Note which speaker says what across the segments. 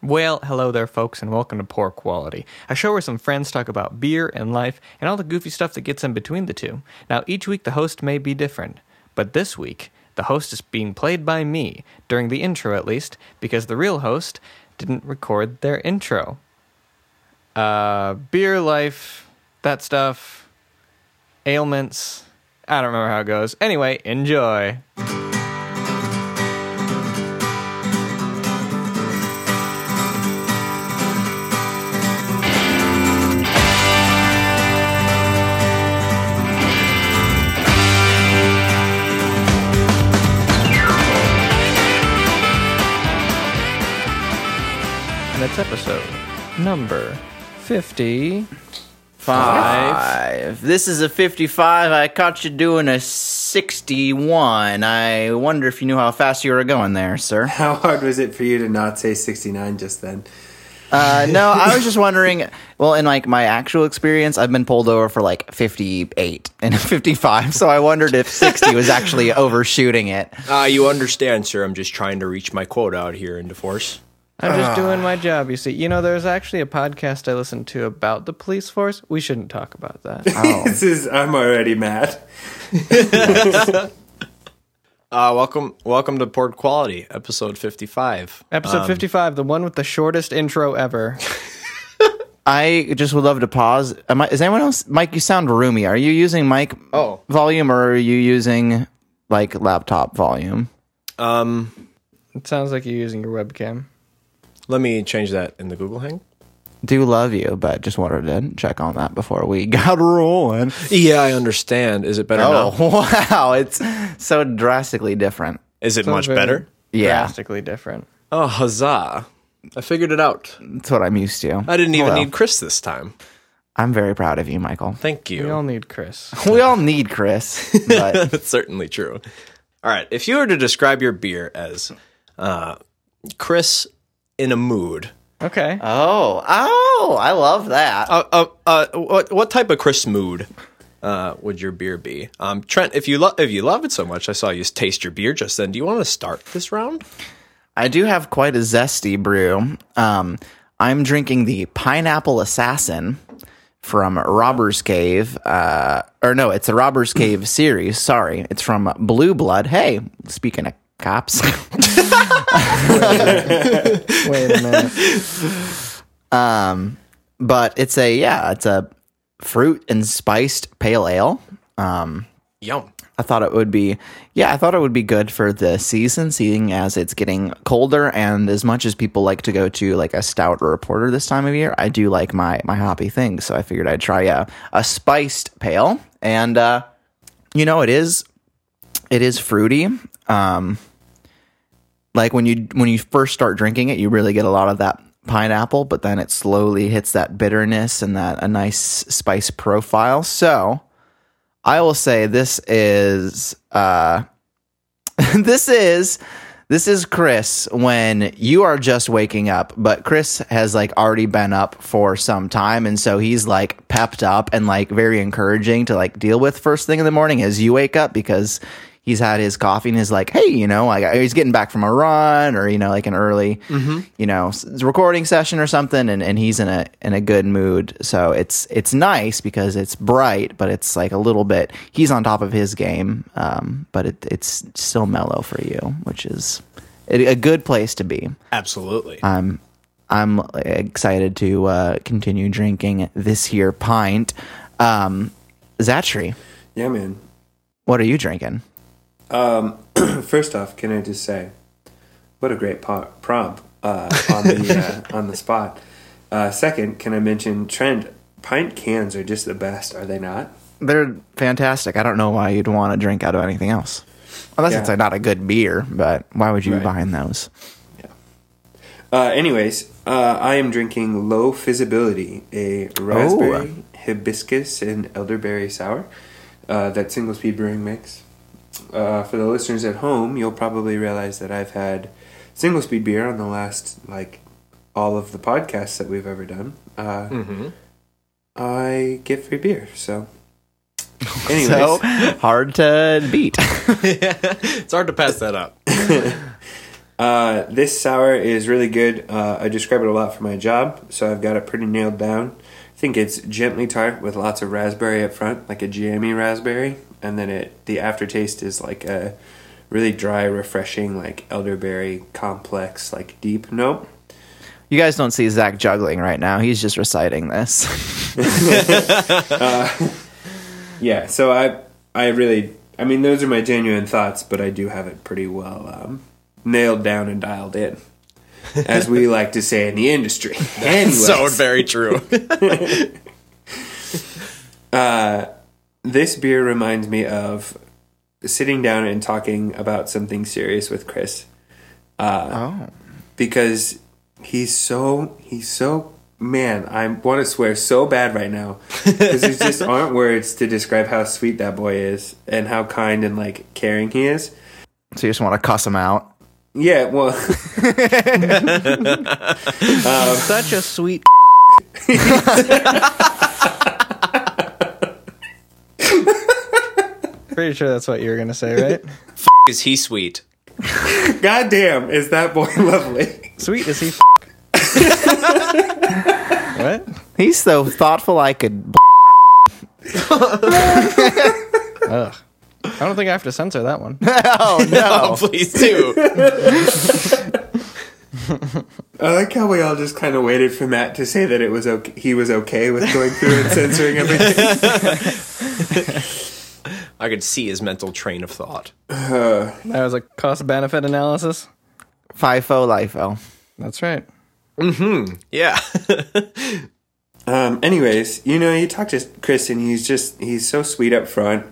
Speaker 1: Well, hello there, folks, and welcome to Poor Quality, a show where some friends talk about beer and life and all the goofy stuff that gets in between the two. Now, each week the host may be different, but this week the host is being played by me, during the intro at least, because the real host didn't record their intro. Uh, beer life, that stuff, ailments. I don't remember how it goes. Anyway, enjoy. And that's episode number 50.
Speaker 2: Five. This is a 55. I caught you doing a 61. I wonder if you knew how fast you were going there, sir.
Speaker 3: How hard was it for you to not say 69 just then?
Speaker 2: Uh, no, I was just wondering. Well, in like my actual experience, I've been pulled over for like 58 and 55, so I wondered if 60 was actually overshooting it.
Speaker 4: Ah, you understand, sir. I'm just trying to reach my quota out here in divorce.
Speaker 1: I'm just doing my job, you see. You know, there's actually a podcast I listened to about the police force. We shouldn't talk about that.
Speaker 3: this is, I'm already mad.
Speaker 4: Uh, welcome, welcome to Port Quality, episode 55.
Speaker 1: Episode 55, the one with the shortest intro ever.
Speaker 2: I just would love to pause. Am I, is anyone else? Mike, you sound roomy. Are you using mic
Speaker 4: Oh.
Speaker 2: volume or are you using like laptop volume?
Speaker 4: Um,
Speaker 1: It sounds like you're using your webcam.
Speaker 4: let me change that in the Google Hang.
Speaker 2: do love you, but just wanted to check on that before we got rolling.
Speaker 4: Yeah, I understand. Is it better
Speaker 2: Oh
Speaker 4: now?
Speaker 2: wow, it's so drastically different.
Speaker 4: Is it much
Speaker 1: very-
Speaker 4: better?
Speaker 2: Yeah,
Speaker 1: Drastically different.
Speaker 4: Oh, huzzah. I figured it out.
Speaker 2: that's what I'm used to.
Speaker 4: I didn't even
Speaker 2: Hello.
Speaker 4: need Chris this time.
Speaker 2: I'm very proud of you, Michael.
Speaker 4: Thank
Speaker 1: We all
Speaker 4: you.
Speaker 1: need Chris.
Speaker 2: We all need Chris, but
Speaker 4: That's certainly true. All right. If you were to describe your beer as uh, Chris in a mood,
Speaker 1: Okay.
Speaker 2: oh, oh, I love that.
Speaker 4: uh, uh, uh, what what type of crisp mood uh, would your beer be? Um, Trent, if you love if you love it so much, I saw you taste your beer just then. Do you want to start this round?
Speaker 2: I do have quite a zesty brew. Um, I'm drinking the Pineapple Assassin from Robber's Cave. Uh, or no, it's the Robber's Cave series. Sorry, it's from Blue Blood. Hey, speaking of cops.
Speaker 1: Wait a minute.
Speaker 2: Um, but it's a yeah, it's a fruit and spiced pale ale. Um,
Speaker 4: Yum.
Speaker 2: I thought it would be yeah, I thought it would be good for the season, seeing as it's getting colder and as much as people like to go to like a stout or a porter this time of year, I do like my my hoppy things. So I figured I'd try a a spiced pale, and uh, you know it is it is fruity. Um, like when you when you first start drinking it, you really get a lot of that pineapple, but then it slowly hits that bitterness and that a nice spice profile. So I will say this is uh, this is this is Chris when you are just waking up, but Chris has like already been up for some time, and so he's like pepped up and like very encouraging to like deal with first thing in the morning as you wake up because he's had his coffee and is like, hey, you know, like he's getting back from a run or you know like an early you know s- recording session or something, and, and he's in a in a good mood. So it's it's nice because it's bright, but it's like a little bit he's on top of his game, um, but it, it's still mellow for you, which is a a good place to be.
Speaker 4: Absolutely.
Speaker 2: I'm I'm excited to uh, continue drinking this here pint. Um, Zachary,
Speaker 3: Yeah, man. Um,
Speaker 2: what are you drinking?
Speaker 3: First off, can I just say, what a great po- prompt uh, on, the, uh, on the spot. Uh, second, can I mention, Trent, pint cans are just the best, are they not?
Speaker 2: They're fantastic. I don't know why you'd want to drink out of anything else. Unless
Speaker 3: Yeah.
Speaker 2: it's like, not a good beer, but why would you be buying those?
Speaker 3: Uh, anyways, uh, I am drinking Low Fizzability, a raspberry, hibiscus, and elderberry sour uh, that Single Speed Brewing makes. Uh, for the listeners at home, you'll probably realize that I've had Single Speed beer on the last, like, all of the podcasts that we've ever done. Uh, I get free beer, so. Anyways,
Speaker 2: So hard to beat.
Speaker 4: it's hard to pass that up.
Speaker 3: Uh, this sour is really good. Uh, I describe it a lot for my job, so I've got it pretty nailed down. I think it's gently tart with lots of raspberry up front, like a jammy raspberry, and then it the aftertaste is like a really dry, refreshing, like elderberry complex, like deep note.
Speaker 2: You guys don't see Zach juggling right now. He's just reciting this.
Speaker 3: Yeah, so I I really I mean those are my genuine thoughts, but I do have it pretty well um, nailed down and dialed in, as we like to say in the industry. Anyway,
Speaker 4: So very true.
Speaker 3: this beer reminds me of sitting down and talking about something serious with Chris. Uh,
Speaker 2: oh.
Speaker 3: because he's so he's so man i want to swear so bad right now because there just aren't words to describe how sweet that boy is and how kind and like caring he is
Speaker 2: So you just want to cuss him out.
Speaker 3: yeah well
Speaker 1: Such a sweet. Pretty sure that's what you were gonna say, right?
Speaker 4: Is he sweet?
Speaker 3: goddamn is that boy lovely
Speaker 1: Sweet is he? what?
Speaker 2: He's so thoughtful I could.
Speaker 1: Ugh. I don't think I have to censor that one.
Speaker 2: Oh
Speaker 4: Oh,
Speaker 2: no!
Speaker 4: please do.
Speaker 3: i like how we all just kind of waited for matt to say that it was okay he was okay with going through and censoring everything
Speaker 4: I could see his mental train of thought.
Speaker 1: That was a cost benefit analysis.
Speaker 2: FIFO, LIFO.
Speaker 1: That's right.
Speaker 4: Yeah.
Speaker 3: Um, anyways, you know, you talk to Chris and he's just he's so sweet up front.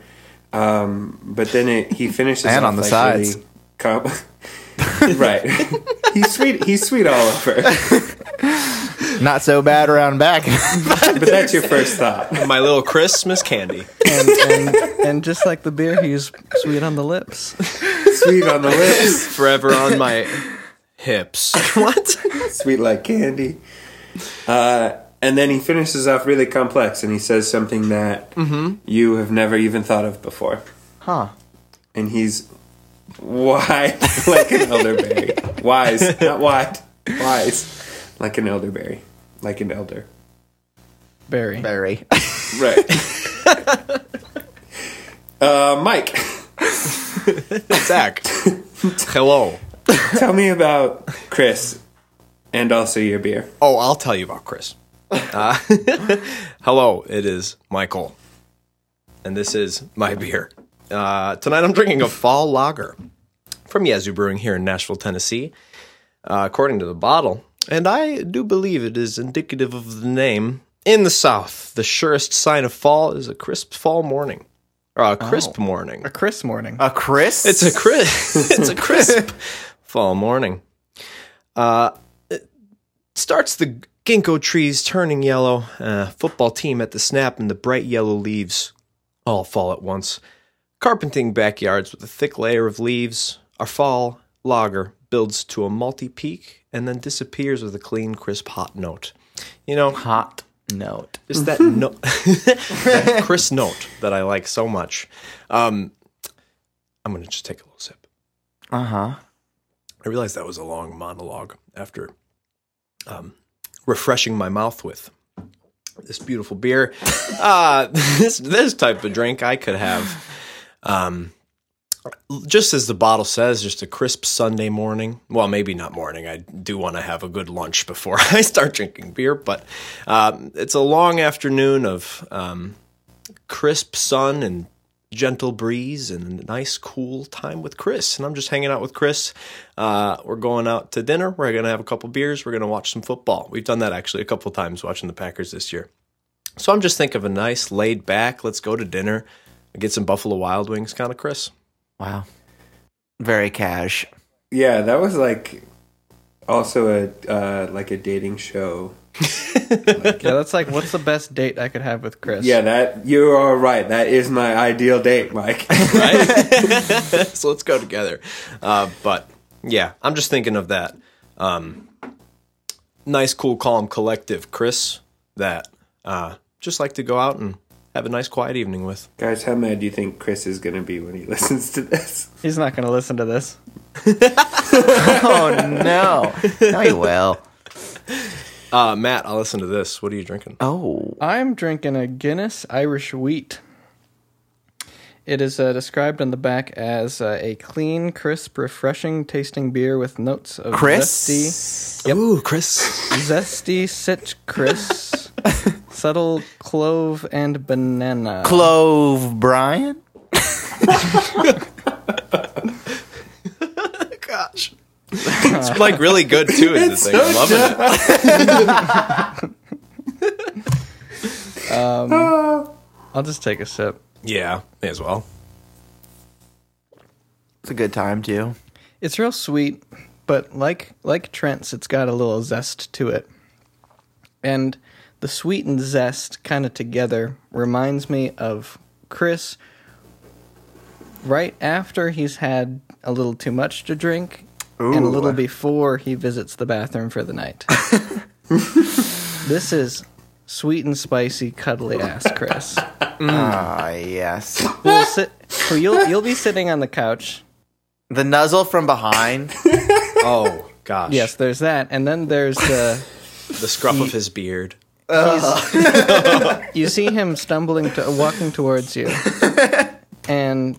Speaker 3: Um, but then it, he finishes
Speaker 2: And
Speaker 3: off,
Speaker 2: on the
Speaker 3: like,
Speaker 2: sides.
Speaker 3: really com- right. he's sweet. He's sweet all over.
Speaker 2: Not so bad around back.
Speaker 3: But that's your first thought.
Speaker 4: My little Christmas candy.
Speaker 1: And, and, and just like the beer, he's sweet on the lips.
Speaker 3: Sweet on the lips.
Speaker 4: Forever on my hips. What?
Speaker 3: Sweet like candy. Uh, and then he finishes off really complex and he says something that you have never even thought of before.
Speaker 2: huh?
Speaker 3: And he's wide like an elderberry. Wise, not wide. Wise. Like an elderberry. Like an elder.
Speaker 1: Barry.
Speaker 2: Very.
Speaker 3: Right. uh, Mike,
Speaker 4: Zach. Hello.
Speaker 3: tell me about Chris and also your beer.
Speaker 4: Oh, I'll tell you about Chris. Uh, hello, it is Michael, and this is my beer. Uh, tonight I'm drinking a fall lager from Yazoo Brewing here in Nashville, Tennessee, uh, according to the bottle. And I do believe it is indicative of the name. In the South, the surest sign of fall is a crisp fall morning, or a crisp morning.
Speaker 1: A Chris morning.
Speaker 2: A Chris?
Speaker 4: It's a crisp. it's a crisp fall morning. Uh, it starts the ginkgo trees turning yellow. Uh, football team at the snap, and the bright yellow leaves all fall at once. Carpenting backyards with a thick layer of leaves. Our fall lager builds to a multi peak and then disappears with a clean, crisp, hot note. You know,
Speaker 2: hot note.
Speaker 4: just that no- that Chris note that I like so much. Um, I'm gonna just take a little sip.
Speaker 2: Uh huh.
Speaker 4: I realized that was a long monologue after um, refreshing my mouth with this beautiful beer. uh, this this type of drink I could have, um, just as the bottle says, just a crisp Sunday morning. Well, maybe not morning. I do want to have a good lunch before I start drinking beer, but um, it's a long afternoon of um, crisp sun and gentle breeze and a nice cool time with Chris. And I'm just hanging out with Chris. Uh, we're going out to dinner. We're going to have a couple beers. We're going to watch some football. We've done that actually a couple times watching the Packers this year. So I'm just thinking of a nice laid back, let's go to dinner, get some Buffalo Wild Wings kind of Chris.
Speaker 2: Wow. Very cash.
Speaker 3: Yeah, that was like also a uh, like a dating show.
Speaker 1: Yeah, that's like, what's the best date I could have with Chris?
Speaker 3: Yeah, that you are right. That is my ideal date, Mike.
Speaker 4: so let's go together. Uh, but yeah, I'm just thinking of that. Um, nice, cool, calm, collective Chris that uh, just like to go out and have a nice, quiet evening with.
Speaker 3: Guys, how mad do you think Chris is going to be when he listens to this?
Speaker 1: He's not going to listen to this.
Speaker 2: oh no, no, you will.
Speaker 4: Uh, Matt, I'll listen to this. What are you drinking?
Speaker 3: Uh,
Speaker 2: Oh,
Speaker 1: I'm drinking a Guinness Irish Wheat. It is uh, described on the back as uh, a clean, crisp, refreshing tasting beer with notes of zesty,
Speaker 2: Chris.
Speaker 4: Ooh, Chris.
Speaker 1: zesty citrus, subtle clove, and banana.
Speaker 2: Clove Brian.
Speaker 4: Gosh. it's like really good too. Is this thing? I'm loving it.
Speaker 1: I'll just take a sip.
Speaker 4: Yeah, may as well.
Speaker 2: It's a good time too.
Speaker 1: It's real sweet, but like like Trent's, it's got a little zest to it. And the sweet and zest kind of together reminds me of Chris right after he's had a little too much to drink and a little before he visits the bathroom for the night. this is sweet and spicy cuddly ass Chris.
Speaker 2: Ah, yes.
Speaker 1: We'll sit, so you'll you'll be sitting on the couch
Speaker 2: The nuzzle from behind.
Speaker 4: Oh gosh.
Speaker 1: Yes, there's that, and then there's the.
Speaker 4: The scruff of his beard.
Speaker 1: he's- you see him stumbling to walking towards you, and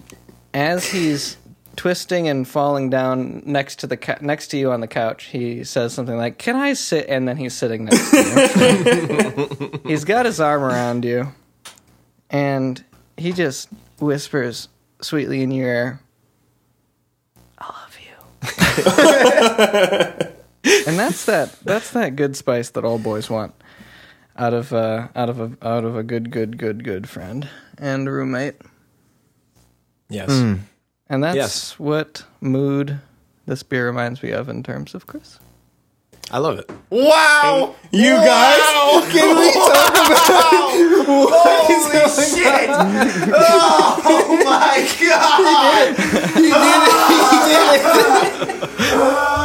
Speaker 1: as he's twisting and falling down next to the cou- next to you on the couch, he says something like, "Can I sit?" And then he's sitting next to you. he's got his arm around you, and he just whispers sweetly in your ear, "I love you." and that's that that's that good spice that all boys want out of uh out of a out of a good good good good friend and roommate
Speaker 4: Yes.
Speaker 3: Hmm.
Speaker 1: and that's
Speaker 4: Yes.
Speaker 1: what mood this beer reminds me of in terms of chris
Speaker 4: I love it.
Speaker 2: Wow.
Speaker 3: You guys, can we talk about holy shit?
Speaker 2: Oh my god.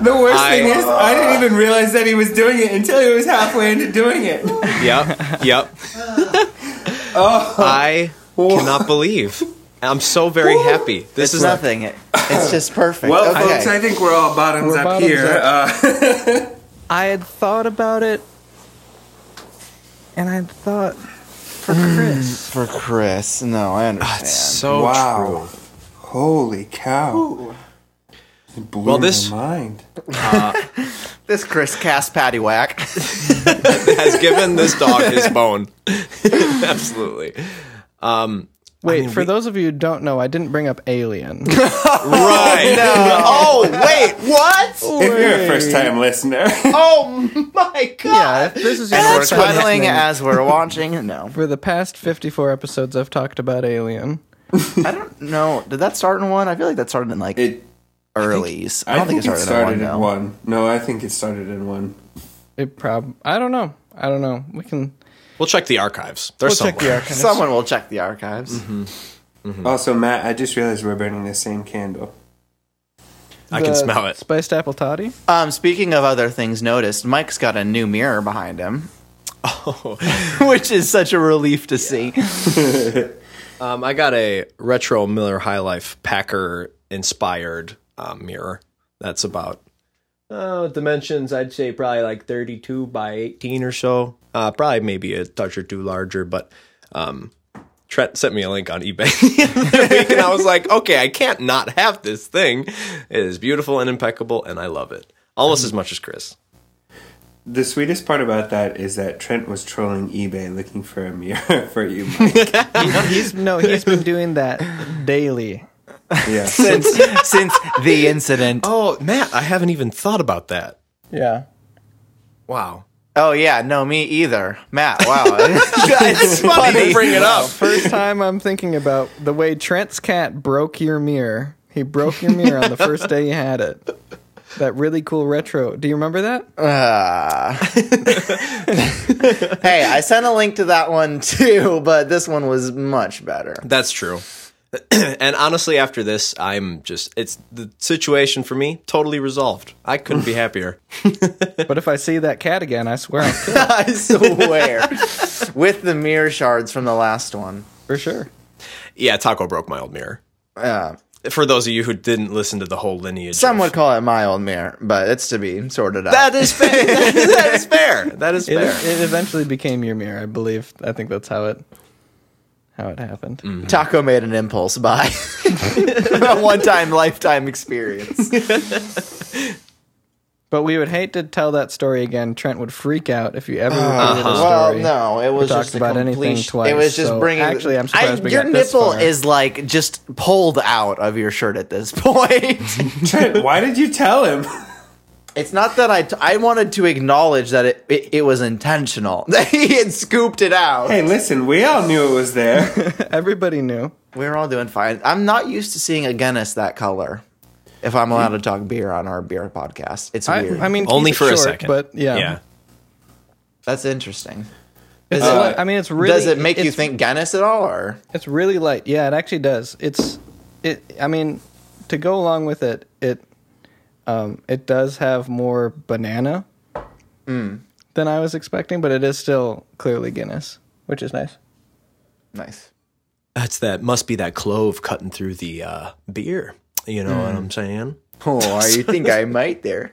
Speaker 3: The worst
Speaker 4: I-
Speaker 3: thing is, I didn't even realize that he was doing it until he was halfway into doing it.
Speaker 4: Yep. Yep.
Speaker 1: Oh.
Speaker 4: I cannot believe. I'm so very happy. This
Speaker 2: It's
Speaker 4: is
Speaker 2: nothing. It, it's just perfect.
Speaker 3: Well,
Speaker 2: Okay.
Speaker 3: folks, I think we're all bottoms
Speaker 1: We're
Speaker 3: up
Speaker 1: bottoms
Speaker 3: here. Uh,
Speaker 1: i had thought about it and i thought for
Speaker 4: Mm.
Speaker 1: chris
Speaker 2: for Chris. No, I understand.
Speaker 4: It's so
Speaker 3: Wow.
Speaker 4: true.
Speaker 3: holy cow! It blew
Speaker 4: Well, this-
Speaker 3: my mind.
Speaker 2: this Chris cast patty whack.
Speaker 4: Has given this dog his bone. Absolutely. Um,
Speaker 1: wait
Speaker 4: mean,
Speaker 1: for
Speaker 4: we-
Speaker 1: those of you who don't know i didn't bring up alien
Speaker 4: right.
Speaker 2: Oh wait, what?
Speaker 3: If you're a first-time listener,
Speaker 2: Oh my god.
Speaker 1: yeah if this is your
Speaker 2: And
Speaker 1: first
Speaker 2: that's
Speaker 1: time
Speaker 2: cuddling
Speaker 1: listening,
Speaker 2: as we're watching. No,
Speaker 1: for the past 54 episodes i've talked about alien
Speaker 2: I don't know. Did that start in one? I feel like that started in like
Speaker 3: it,
Speaker 2: earlies. I,
Speaker 3: I,
Speaker 2: don't
Speaker 3: think, it started
Speaker 2: in one.
Speaker 3: in
Speaker 2: though.
Speaker 3: one. No, I think it started in one.
Speaker 1: it prob i don't know i don't know we can
Speaker 4: We'll check the archives. They're
Speaker 1: we'll
Speaker 4: somewhere.
Speaker 1: check the archives
Speaker 2: Someone will check the archives.
Speaker 3: Also, Matt, I just realized we're burning the same candle.
Speaker 4: I can
Speaker 1: the
Speaker 4: smell it.
Speaker 1: Spiced apple toddy.
Speaker 2: Um, speaking of other things noticed, Mike's got a new mirror behind him.
Speaker 4: Oh.
Speaker 2: Which is such a relief to see.
Speaker 4: Um, I got a retro Miller High Life Packer inspired um, mirror. That's about uh, dimensions. I'd say probably like 32 by 18 or so. Uh, probably maybe a touch or two larger, but um, Trent sent me a link on eBay the other week, and I was like, okay, I can't not have this thing. It is beautiful and impeccable, and I love it almost as much as Chris.
Speaker 3: The sweetest part about that is that Trent was trolling eBay looking for a mirror for you. Mike.
Speaker 1: He's no, he's been doing that daily.
Speaker 3: Yeah.
Speaker 2: Since since the incident.
Speaker 4: Oh, Matt, I haven't even thought about that.
Speaker 1: Yeah.
Speaker 4: Wow.
Speaker 2: Oh yeah, no, me either. Matt, wow. it's funny.
Speaker 4: Bring it up.
Speaker 1: First time I'm thinking about the way Trent's cat broke your mirror. He broke your mirror on the first day you had it. That really cool retro. Do you remember that? Oh,
Speaker 2: Hey, I sent a link to that one too, but this one was much better.
Speaker 4: That's true. and honestly, after this, I'm just, it's the situation for me totally resolved. I couldn't be happier.
Speaker 1: But if I see that cat again, I swear I'll kill it
Speaker 2: I swear. With the mirror shards from the last one.
Speaker 1: for sure.
Speaker 4: Yeah, Taco broke my old mirror.
Speaker 2: Yeah.
Speaker 4: for those of you who didn't listen to the whole
Speaker 2: Uh,
Speaker 4: lineage,
Speaker 2: Some would call it my old mirror, but it's to be sorted out.
Speaker 4: that is fair. that is fair. That is
Speaker 1: It,
Speaker 4: fair.
Speaker 1: it eventually became your mirror, I believe. I think that's how it how it happened.
Speaker 4: Mm.
Speaker 2: Taco made an impulse buy. a one time lifetime experience.
Speaker 1: But we would hate to tell that story again. Trent would freak out if you ever repeated the
Speaker 2: Ah. Well,
Speaker 1: story.
Speaker 2: no, it was
Speaker 1: talked
Speaker 2: just a
Speaker 1: about
Speaker 2: complete,
Speaker 1: anything twice,
Speaker 2: It was just
Speaker 1: so
Speaker 2: bringing.
Speaker 1: actually, I'm surprised
Speaker 2: I,
Speaker 1: we
Speaker 2: your
Speaker 1: got this
Speaker 2: nipple
Speaker 1: far.
Speaker 2: is like just pulled out of your shirt at this point.
Speaker 3: Trent, why did you tell him?
Speaker 2: It's not that I. T- I wanted to acknowledge that it, it, it was intentional. he had scooped it out.
Speaker 3: Hey, listen, we all knew it was there.
Speaker 1: Everybody knew.
Speaker 2: We're all doing fine. I'm not used to seeing a Guinness that color. If I'm allowed to talk beer on our beer podcast, it's
Speaker 1: I,
Speaker 2: weird.
Speaker 1: I mean, keep
Speaker 4: Only
Speaker 1: it
Speaker 4: for a
Speaker 1: short,
Speaker 4: second,
Speaker 1: but yeah,
Speaker 4: yeah.
Speaker 2: that's interesting.
Speaker 1: It's
Speaker 3: Uh,
Speaker 1: li- I mean, it's really.
Speaker 2: Does it make you
Speaker 1: it's-
Speaker 2: think Guinness at all, or
Speaker 1: It's really light. Yeah, it actually does. It's it. I mean, to go along with it, it um, it does have more banana
Speaker 4: Mm.
Speaker 1: than I was expecting, but it is still clearly Guinness, which is nice.
Speaker 2: nice?
Speaker 4: That's that. Must be that clove cutting through the uh, beer. You know
Speaker 1: Mm.
Speaker 4: what I'm saying?
Speaker 2: Oh, you think I might there?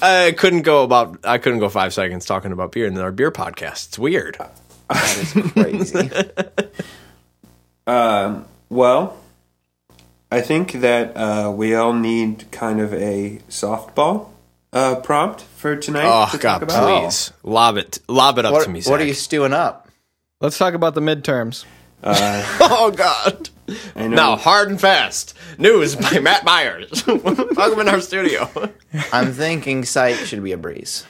Speaker 4: I couldn't go about. I couldn't go five seconds talking about beer in our beer podcast. It's weird.
Speaker 2: That is crazy.
Speaker 3: well, I think that uh, we all need kind of a softball uh, prompt for tonight.
Speaker 4: Oh
Speaker 3: to talk
Speaker 4: God,
Speaker 3: about.
Speaker 4: please lob it, lob it up
Speaker 2: what,
Speaker 4: to me.
Speaker 2: what are
Speaker 4: Zach.
Speaker 2: you stewing up?
Speaker 1: Let's talk about the midterms.
Speaker 4: Oh God!
Speaker 3: I know.
Speaker 4: Now, hard and fast news by Matt Myers. Welcome in our studio.
Speaker 2: I'm thinking sight should be a breeze.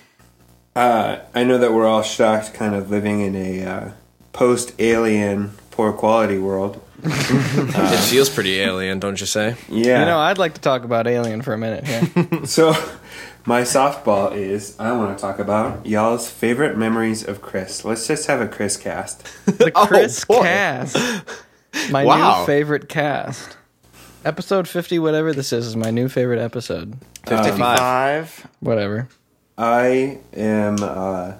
Speaker 3: Uh, I know that we're all shocked, kind of living in a uh, post alien, poor quality world.
Speaker 4: it feels pretty alien, don't you say?
Speaker 3: Yeah.
Speaker 1: You know, I'd like to talk about Alien for a minute here.
Speaker 3: so, my softball is I want to talk about y'all's favorite memories of Chris. Let's just have a Chris cast.
Speaker 1: The Chris
Speaker 4: Oh, boy.
Speaker 1: cast. My
Speaker 4: Wow.
Speaker 1: new favorite cast. Episode 50, whatever this is, is my new favorite episode.
Speaker 2: Uh, 55.
Speaker 1: Whatever.
Speaker 3: I am uh,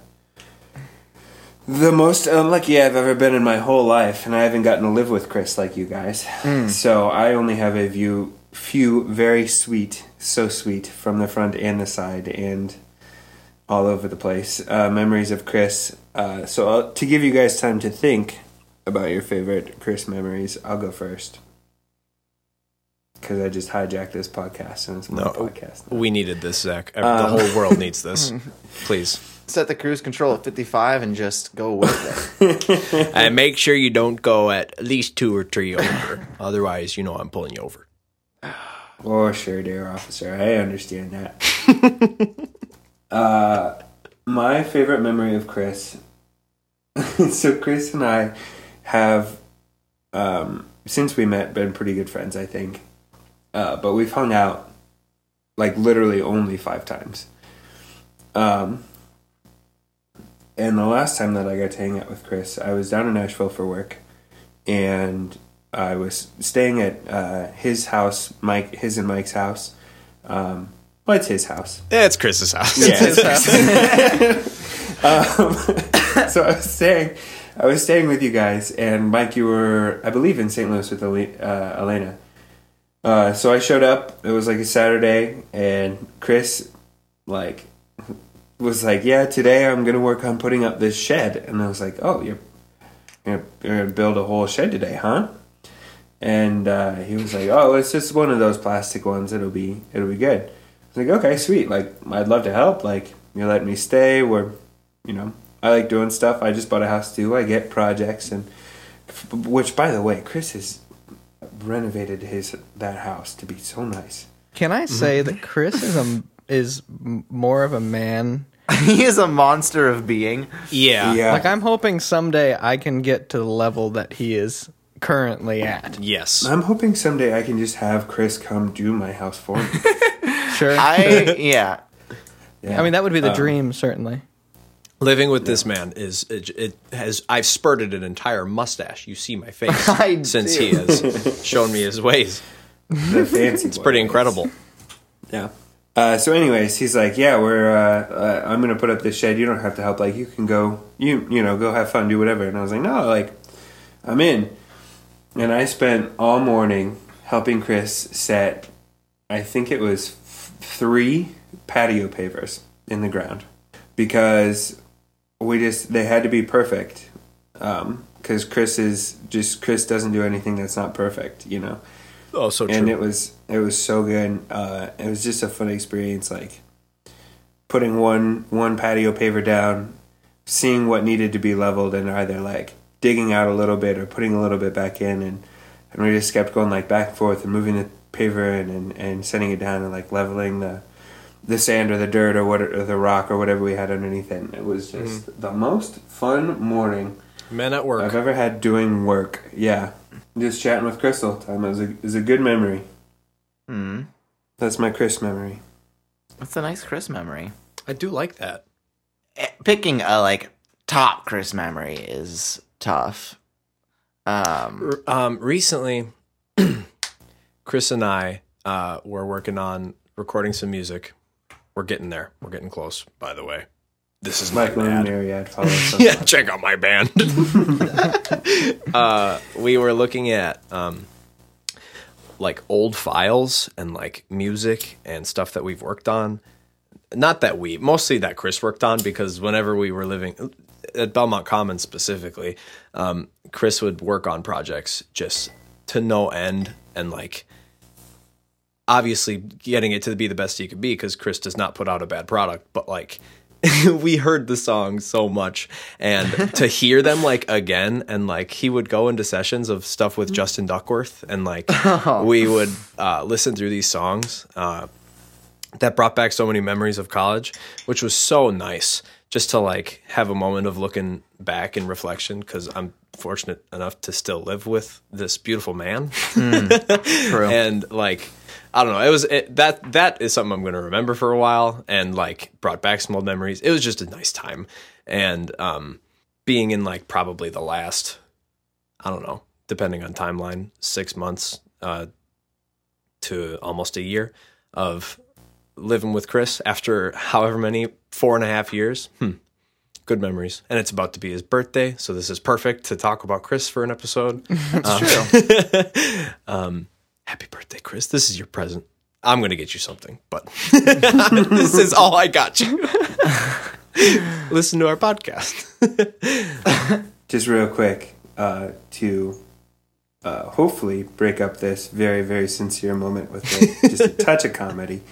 Speaker 3: the most unlucky I've ever been in my whole life, and I haven't gotten to live with Chris like you guys. So I only have a view, few very sweet, so sweet from the front and the side and all over the place uh, memories of Chris. Uh, so I'll, to give you guys time to think about your favorite Chris memories, I'll go first. Because I just hijacked this podcast and it's my podcast.
Speaker 4: We needed this, Zach. Uh, the whole world needs this. Please,
Speaker 2: Set the cruise control at 55 and just go with it.
Speaker 4: and make sure you don't go at least two or three over. Otherwise, you know I'm pulling you over.
Speaker 3: Oh, sure, dear officer. I understand that. uh, my favorite memory of Chris. so Chris and I have, um, since we met, been pretty good friends. I think, uh, but we've hung out like literally only five times. Um, and the last time that I got to hang out with Chris, I was down in Nashville for work, and I was staying at uh, his house, Mike, his and Mike's house. Um, well, it's his house.
Speaker 4: Yeah, it's Chris's house.
Speaker 3: so I was staying, I was staying with you guys, and Mike, you were, I believe, in St. Louis with Ale- uh, Elena. Uh, so I showed up. It was like a Saturday, and Chris, like, was like, "Yeah, today I'm gonna work on putting up this shed," and I was like, "Oh, you're you're, you're gonna build a whole shed today, huh?" And uh, he was like, "Oh, it's just one of those plastic ones. It'll be it'll be good." I was like, "Okay, sweet. Like, I'd love to help. Like, you're letting me stay. We're, you know, I like doing stuff. I just bought a house too. I get projects and, which by the way, Chris has renovated his that house to be so nice.
Speaker 1: Can I
Speaker 4: Mm-hmm.
Speaker 1: say that Chris is, a, is m- more of a man?
Speaker 2: he is a monster of being.
Speaker 4: Yeah.
Speaker 3: uh,
Speaker 1: Like, I'm hoping someday I can get to the level that he is currently at.
Speaker 4: Yes.
Speaker 3: I'm hoping someday I can just have Chris come do my house for me.
Speaker 1: Sure. I,
Speaker 2: I, yeah.
Speaker 3: Yeah.
Speaker 1: mean, that would be
Speaker 4: Uh,
Speaker 1: the dream, certainly.
Speaker 4: Living with this man is it, it has I've spurted an entire mustache. You see my face
Speaker 2: I
Speaker 4: since
Speaker 2: do.
Speaker 4: he has shown me his ways.
Speaker 3: the fancy.
Speaker 4: It's pretty incredible.
Speaker 3: Yeah. Uh, so, anyways, he's like, "Yeah, we're. Uh, uh, I'm gonna put up this shed. You don't have to help. Like, you can go. You you know, go have fun, do whatever." And I was like, "No, like, I'm in." And I spent all morning helping Chris set, I think it was f- three patio pavers in the ground because we just they had to be perfect because Chris is just Chris doesn't do anything that's not perfect, you know.
Speaker 4: Oh, so true.
Speaker 3: And it was it was so good. Uh, it was just a fun experience, like putting one one patio paver down, seeing what needed to be leveled, and either like digging out a little bit or putting a little bit back in, and and we just kept going like back and forth and moving the paver in and and sending it down and like leveling the the sand or the dirt or what or the rock or whatever we had underneath it. And it was just the most fun morning.
Speaker 4: Men at Mm-hmm. work.
Speaker 3: I've ever had doing work. Yeah, just chatting with Crystal time is a is a good memory.
Speaker 2: Hmm.
Speaker 3: That's my Chris memory.
Speaker 2: That's a nice Chris memory.
Speaker 4: I do like that.
Speaker 2: Eh, Picking a like top Chris memory is tough. Um.
Speaker 4: R- Um, recently, Chris and I uh, were working on recording some music. We're getting there. We're getting close. By the way, this is my
Speaker 3: Michael and
Speaker 4: band.
Speaker 3: Myriad follow us. on-
Speaker 4: yeah, check out my band. uh, we were looking at um, like old files and like music and stuff that we've worked on. Not that we, mostly that Chris worked on because whenever we were living at Belmont Commons specifically, um, Chris would work on projects just to no end and like obviously getting it to be the best he could be because Chris does not put out a bad product, but like we heard the song so much and to hear them like again and like he would go into sessions of stuff with Justin Duckworth and like we would uh, listen through these songs uh, that brought back so many memories of college, which was so nice just to like have a moment of looking back in reflection because I'm fortunate enough to still live with this beautiful man. and like, I don't know, it was it, that that is something I'm going to remember for a while and like brought back some old memories. It was just a nice time. And um, being in like probably the last, I don't know, depending on timeline, six months uh, to almost a year of living with Chris after however many four and a half years. Hmm. Good memories. And it's about to be his birthday, so this is perfect to talk about Chris for an episode. That's true. um, happy birthday, Chris. This is your present. I'm going to get you something, but this is all I got you. Listen to our podcast.
Speaker 3: Just real quick uh, to uh, hopefully break up this very very sincere moment with a, just a touch of comedy.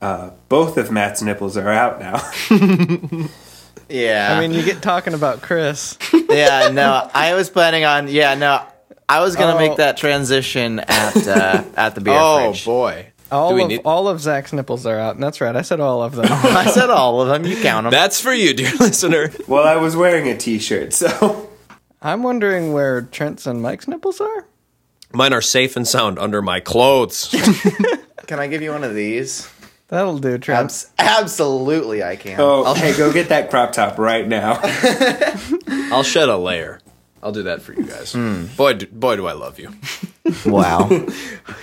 Speaker 3: Uh, both of Matt's nipples are out now.
Speaker 2: Yeah.
Speaker 1: I mean, you get talking about Chris.
Speaker 2: yeah, no, I was planning on. Yeah, no, I was gonna
Speaker 1: Oh.
Speaker 2: make that transition at uh, at the beer fridge.
Speaker 4: Oh, boy. Do
Speaker 1: All
Speaker 4: we
Speaker 1: of
Speaker 4: need-
Speaker 1: all of Zach's nipples are out, and that's right. I said all of them.
Speaker 2: I said all of them. You count them.
Speaker 4: That's for you, dear listener.
Speaker 3: well, I was wearing a T-shirt, so
Speaker 1: I'm wondering where Trent's and Mike's nipples are.
Speaker 4: Mine are safe and sound under my clothes.
Speaker 2: Can I give you one of these?
Speaker 1: That'll do, Trent.
Speaker 2: Abs- absolutely, I can.
Speaker 3: oh, hey, go get that crop top right now.
Speaker 4: I'll shed a layer. I'll do that for you guys. Boy, do, boy, do I love you.
Speaker 2: Wow.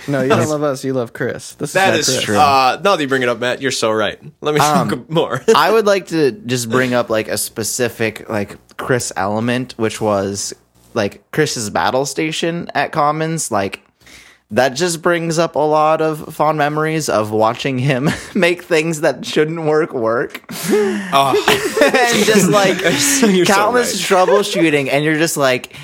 Speaker 1: No, you don't love us. You love Chris. This
Speaker 4: That
Speaker 1: is
Speaker 4: is
Speaker 1: our Chris.
Speaker 4: true. Um, Uh, now that you bring it up, Matt, you're so right. Let me think more.
Speaker 2: I would like to just bring up like a specific like Chris element, which was like Chris's battle station at Commons, like. That just brings up a lot of fond memories of watching him make things that shouldn't work work. and just like
Speaker 4: Ah. You're so
Speaker 2: countless
Speaker 4: right.
Speaker 2: troubleshooting, and you're just like,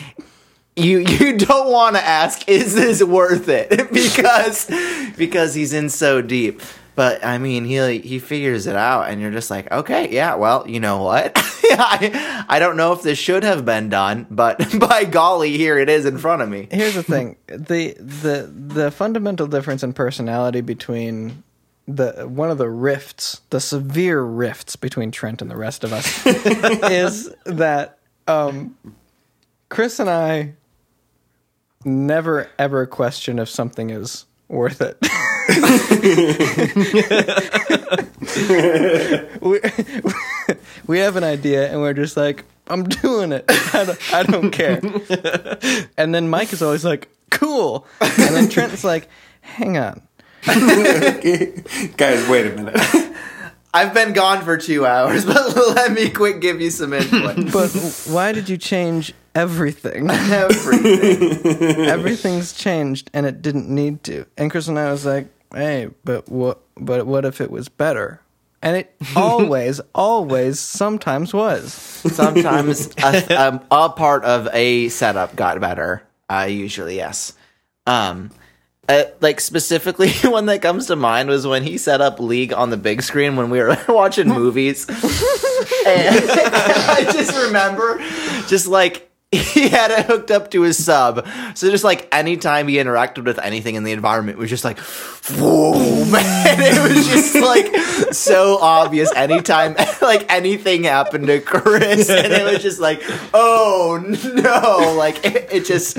Speaker 2: you you don't want to ask, is this worth it? because because he's in so deep. But I mean, he he figures it out, and you're just like, okay, yeah, well, you know what? I, I don't know if this should have been done, but by golly, here it is in front of me.
Speaker 1: Here's the thing: the the the fundamental difference in personality between the one of the rifts, the severe rifts between Trent and the rest of us, is that um, Chris and I never ever question if something is worth it. we, we have an idea and we're just like, I'm doing it. I don't, I don't care. and then Mike is always like, cool. And then Trent's like, hang on.
Speaker 3: Guys, wait a minute.
Speaker 2: I've been gone for two hours, but let me quick give you some input.
Speaker 1: But why did you change everything. Everything. Everything's changed and it didn't need to. And Chris and I was like, hey, but what but what if it was better? And it always, always, sometimes was.
Speaker 2: Sometimes a, um, a part of a setup got better. Uh, usually, yes. Um, uh, like specifically, one that comes to mind was when he set up League on the big screen when we were watching movies. and, I just remember, just like he had it hooked up to his sub, so just like anytime he interacted with anything in the environment, it was just like, whoa, man! It was just like so obvious. Anytime like anything happened to Chris, and it was just like, oh no! Like it, it just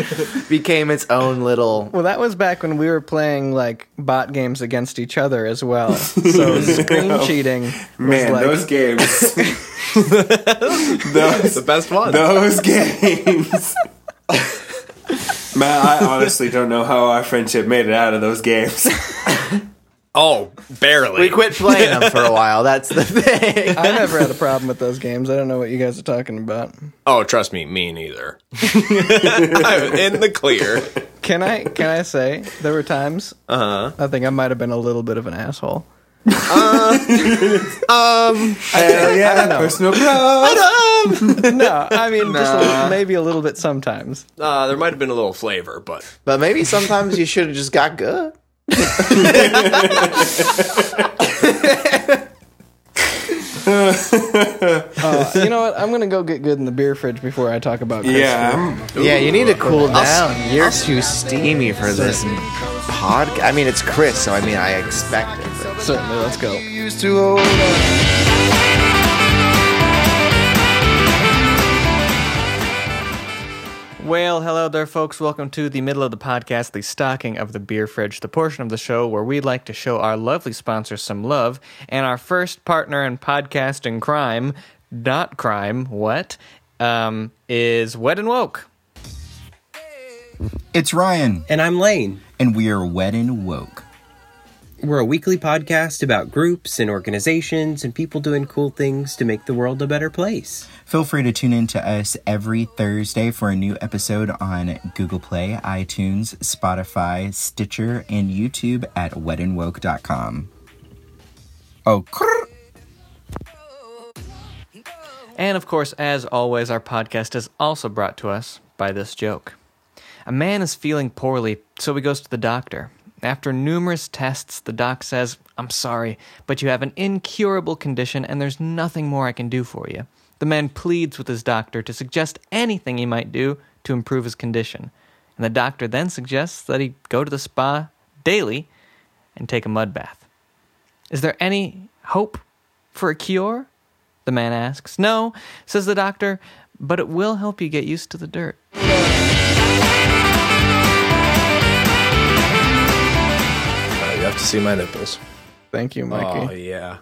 Speaker 2: became its own little.
Speaker 1: Well, that was back when we were playing like bot games against each other as well. So screen cheating was
Speaker 3: Man,
Speaker 1: like
Speaker 3: those games. those,
Speaker 4: the best one.
Speaker 3: those games. Man, I honestly don't know how our friendship made it out of those games.
Speaker 4: Oh, barely.
Speaker 2: We quit playing them for a while. That's the thing.
Speaker 1: I never had a problem with those games. I don't know what you guys are talking about.
Speaker 4: Oh, trust me, me neither. I'm in the clear.
Speaker 1: Can I can I say there were times I think I might have been a little bit of an asshole.
Speaker 3: Hell yeah, personal growth.
Speaker 1: No, I mean just a little, maybe a little bit sometimes.
Speaker 4: Uh, there might have been a little flavor, but
Speaker 2: But maybe sometimes you should have just got good.
Speaker 1: Uh, you know what? I'm gonna go get good in the beer fridge before I talk about. Chris
Speaker 3: Yeah, I'm-
Speaker 2: yeah, you need to cool down. You're too steamy for this podcast. I mean, it's Chris, so I mean, I expect it. But.
Speaker 1: Certainly, let's go.
Speaker 2: Used to hold on.
Speaker 1: Well, hello there, folks. Welcome to the middle of the podcast, the stocking of the beer fridge, the portion of the show where we like to show our lovely sponsors some love. And our first partner in podcasting crime, not crime, what? Um, is Wet and Woke.
Speaker 5: It's Ryan,
Speaker 6: And I'm Lane.
Speaker 5: and we are wet and woke.
Speaker 6: We're a weekly podcast about groups and organizations and people doing cool things to make the world a better place.
Speaker 5: Feel free to tune in to us every Thursday for a new episode on Google Play, iTunes, Spotify, Stitcher, and YouTube at wetandwoke.com. Oh, crrr.
Speaker 1: And of course, as always, our podcast is also brought to us by this joke. A man is feeling poorly, so he goes to the doctor. After numerous tests, the doc says, I'm sorry, but you have an incurable condition and there's nothing more I can do for you. The man pleads with his doctor to suggest anything he might do to improve his condition. And the doctor then suggests that he go to the spa daily and take a mud bath. Is there any hope for a cure? The man asks. No, says the doctor, but it will help you get used to the dirt.
Speaker 4: uh, you have to see my nipples.
Speaker 1: Thank you,
Speaker 4: Oh yeah.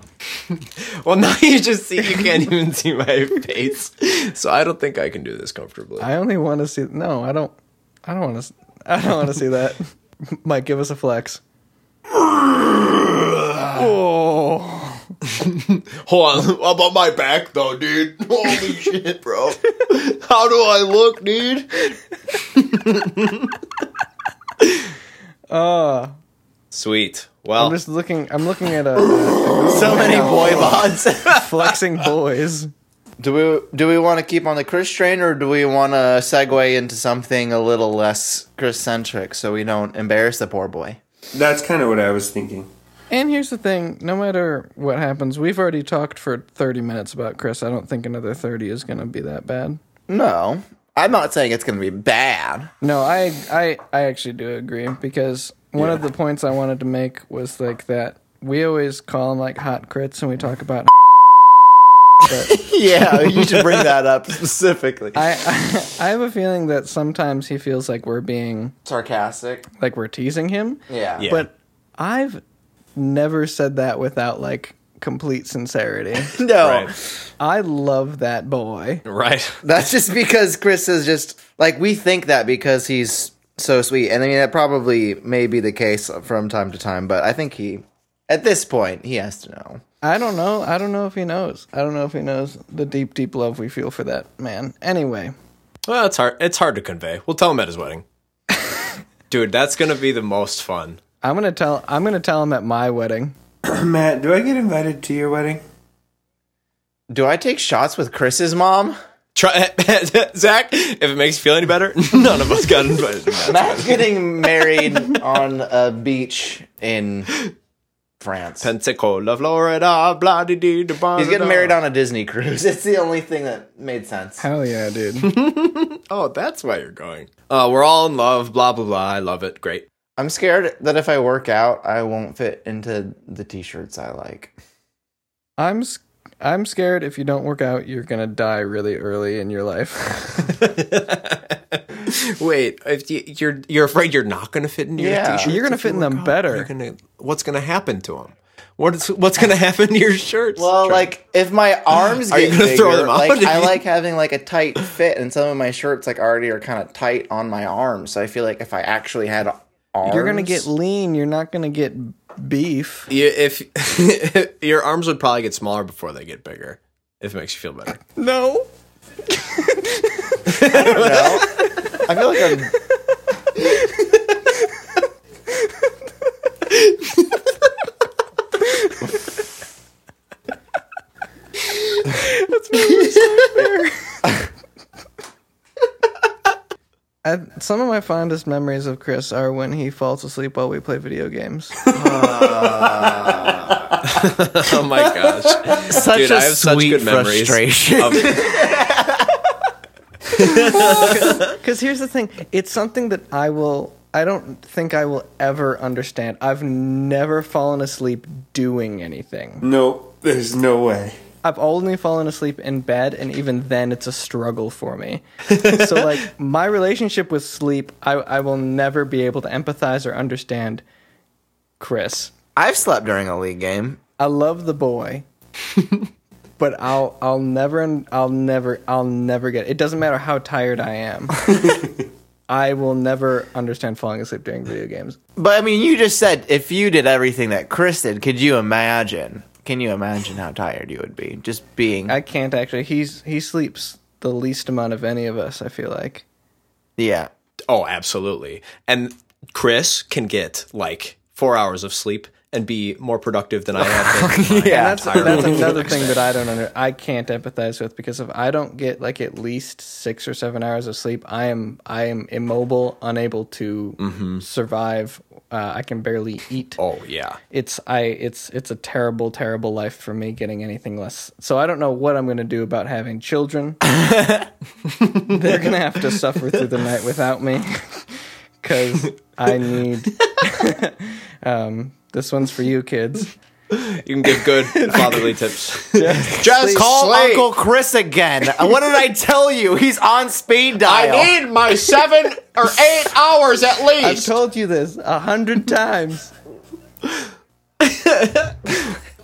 Speaker 4: well, now you just see you can't even see my face, so I don't think I can do this comfortably.
Speaker 1: I only want to see. No, I don't. I don't want to. I don't want to see that. Mike, give us a flex.
Speaker 4: Hold on, I'm on my back though, dude. Holy shit, bro! How do I look, dude? uh. Sweet. Well,
Speaker 1: I'm just looking. I'm looking at a
Speaker 2: So many boy bots.
Speaker 1: flexing boys.
Speaker 2: do we do we want to keep on the Chris train, or do we want to segue into something a little less Chris centric so we don't embarrass the poor boy?
Speaker 3: That's kind of what I was thinking.
Speaker 1: And here's the thing: no matter what happens, we've already talked for 30 minutes about Chris. I don't think another 30 is going to be that bad.
Speaker 2: No, I'm not saying it's going to be bad.
Speaker 1: No, I I I actually do agree because one of the points I wanted to make was like that we always call them like hot crits and we talk about
Speaker 2: Yeah, you should bring that up specifically.
Speaker 1: I, I I have a feeling that sometimes he feels like we're being
Speaker 2: Sarcastic.
Speaker 1: like we're teasing him.
Speaker 2: Yeah.
Speaker 4: Yeah.
Speaker 1: But I've never said that without like complete sincerity.
Speaker 2: No.
Speaker 4: right,
Speaker 1: I love that boy.
Speaker 4: right.
Speaker 2: That's just because Chris is just like we think that because he's so sweet, and I mean that probably may be the case from time to time. But I think he, at this point, he has to know.
Speaker 1: I don't know. I don't know if he knows. I don't know if he knows the deep, deep love we feel for that man. Anyway,
Speaker 4: Well, it's hard. It's hard to convey. We'll tell him at his wedding, dude. That's gonna be the most fun.
Speaker 1: I'm gonna tell. I'm gonna tell him at my wedding.
Speaker 3: Matt, do I get invited to your wedding?
Speaker 2: Do I take shots with Chris's mom?
Speaker 4: Try, Zach. If it makes you feel any better, none of us got invited. To Matt's
Speaker 2: Matt's getting married on a beach in France.
Speaker 4: Pensacola, Florida, blah de dee de
Speaker 2: He's getting married on a Disney cruise. It's the only thing that made sense.
Speaker 1: Hell yeah, dude.
Speaker 4: Oh, that's why you're going. Uh, we're all in love. Blah blah blah. I love it. Great.
Speaker 2: I'm scared that if I work out, I won't fit into the t-shirts I like.
Speaker 1: I'm s- I'm scared if you don't work out, you're gonna die really early in your life.
Speaker 4: Wait, if you, you're you're afraid you're not going to fit into your
Speaker 2: Yeah.
Speaker 4: t-shirts,
Speaker 1: You're gonna
Speaker 4: if
Speaker 1: fit
Speaker 4: you
Speaker 1: in them
Speaker 4: work out,
Speaker 1: better.
Speaker 4: oh, you're gonna- what's going to happen to them? What's what's going to happen to your shirts?
Speaker 2: Well, like if my arms
Speaker 4: Are
Speaker 2: get
Speaker 4: you gonna
Speaker 2: bigger,
Speaker 4: throw them out?
Speaker 2: like I like having like a tight fit, and some of my shirts like already are kind of tight on my arms. So I feel like if I actually had arms,
Speaker 1: You're gonna get lean. You're not gonna get beef.
Speaker 4: you, if your arms would probably get smaller before they get bigger, if it makes you feel better.
Speaker 1: No.
Speaker 2: I feel like I'm.
Speaker 1: I, some of my fondest memories of Chris are when he falls asleep while we play video games.
Speaker 4: Oh my gosh,
Speaker 2: Such
Speaker 4: dude! I have such good memories. Of,
Speaker 1: Because here's the thing it's something that I will, I don't think I will ever understand. I've never fallen asleep doing anything.
Speaker 3: No, there's no way.
Speaker 1: I've only fallen asleep in bed, and even then, it's a struggle for me. so, like, my relationship with sleep, I, I will never be able to empathize or understand Chris.
Speaker 2: I've slept during a league game.
Speaker 1: I love the boy, but I'll I'll never I'll never I'll never get it. It doesn't matter how tired I am. I will never understand falling asleep during video games.
Speaker 2: But I mean, you just said if you did everything that Chris did, could you imagine? Can you imagine how tired you would be just being?
Speaker 1: I can't actually. He's he sleeps the least amount of any of us. I feel like.
Speaker 2: yeah.
Speaker 4: oh, absolutely. And Chris can get like four hours of sleep and be more productive than I have. Been
Speaker 2: Yeah.
Speaker 1: And that's that's another thing that I don't under I can't empathize with because if I don't get like at least six or seven hours of sleep, I am I am immobile, unable to survive. Uh, I can barely eat.
Speaker 4: oh yeah.
Speaker 1: it's I it's it's a terrible terrible life for me getting anything less. So I don't know what I'm going to do about having children. They're going to have to suffer through the night without me cuz I need um this one's for you kids.
Speaker 4: You can give good fatherly tips.
Speaker 2: Just call
Speaker 4: sleep.
Speaker 2: Uncle Chris again. what did I tell you? He's on speed dial.
Speaker 4: my seven or eight hours at
Speaker 1: I've told you this a hundred times.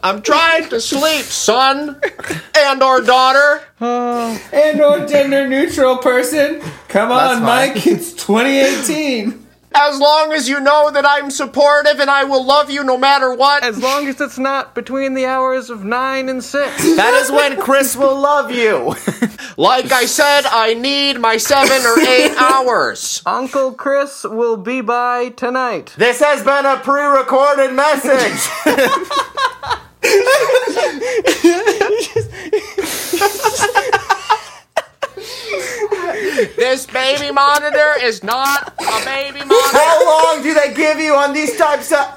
Speaker 4: I'm trying to sleep, son and or daughter.
Speaker 3: And or gender neutral person. Come on,
Speaker 2: fine.
Speaker 3: Mike. It's 2018.
Speaker 4: As long as you know that I'm supportive and I will love you no matter what.
Speaker 1: As long as it's not between the hours of 9 and 6.
Speaker 2: That is when Chris will love you.
Speaker 4: Like I said, I need my seven or eight hours.
Speaker 1: Uncle Chris will be by tonight.
Speaker 2: This has been a pre-recorded message.
Speaker 4: This baby monitor is not a baby monitor.
Speaker 2: How long do they give you on these types of?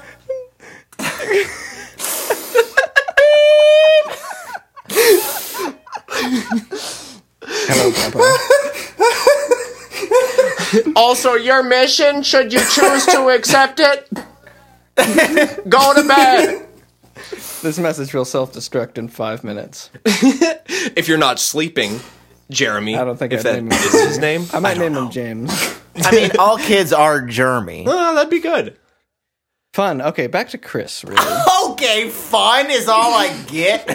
Speaker 4: Also, your mission, should you choose to accept it, go to bed.
Speaker 1: This message will self-destruct in 5 minutes.
Speaker 4: If you're not sleeping, Jeremy.
Speaker 1: I don't think
Speaker 4: if
Speaker 1: I'd
Speaker 4: that
Speaker 1: name him.
Speaker 4: is his name.
Speaker 1: I might name him James.
Speaker 2: I mean, all kids are germy.
Speaker 4: Oh, that'd be good.
Speaker 1: Fun. Okay, back to Chris, really.
Speaker 2: Okay, fun is all I get.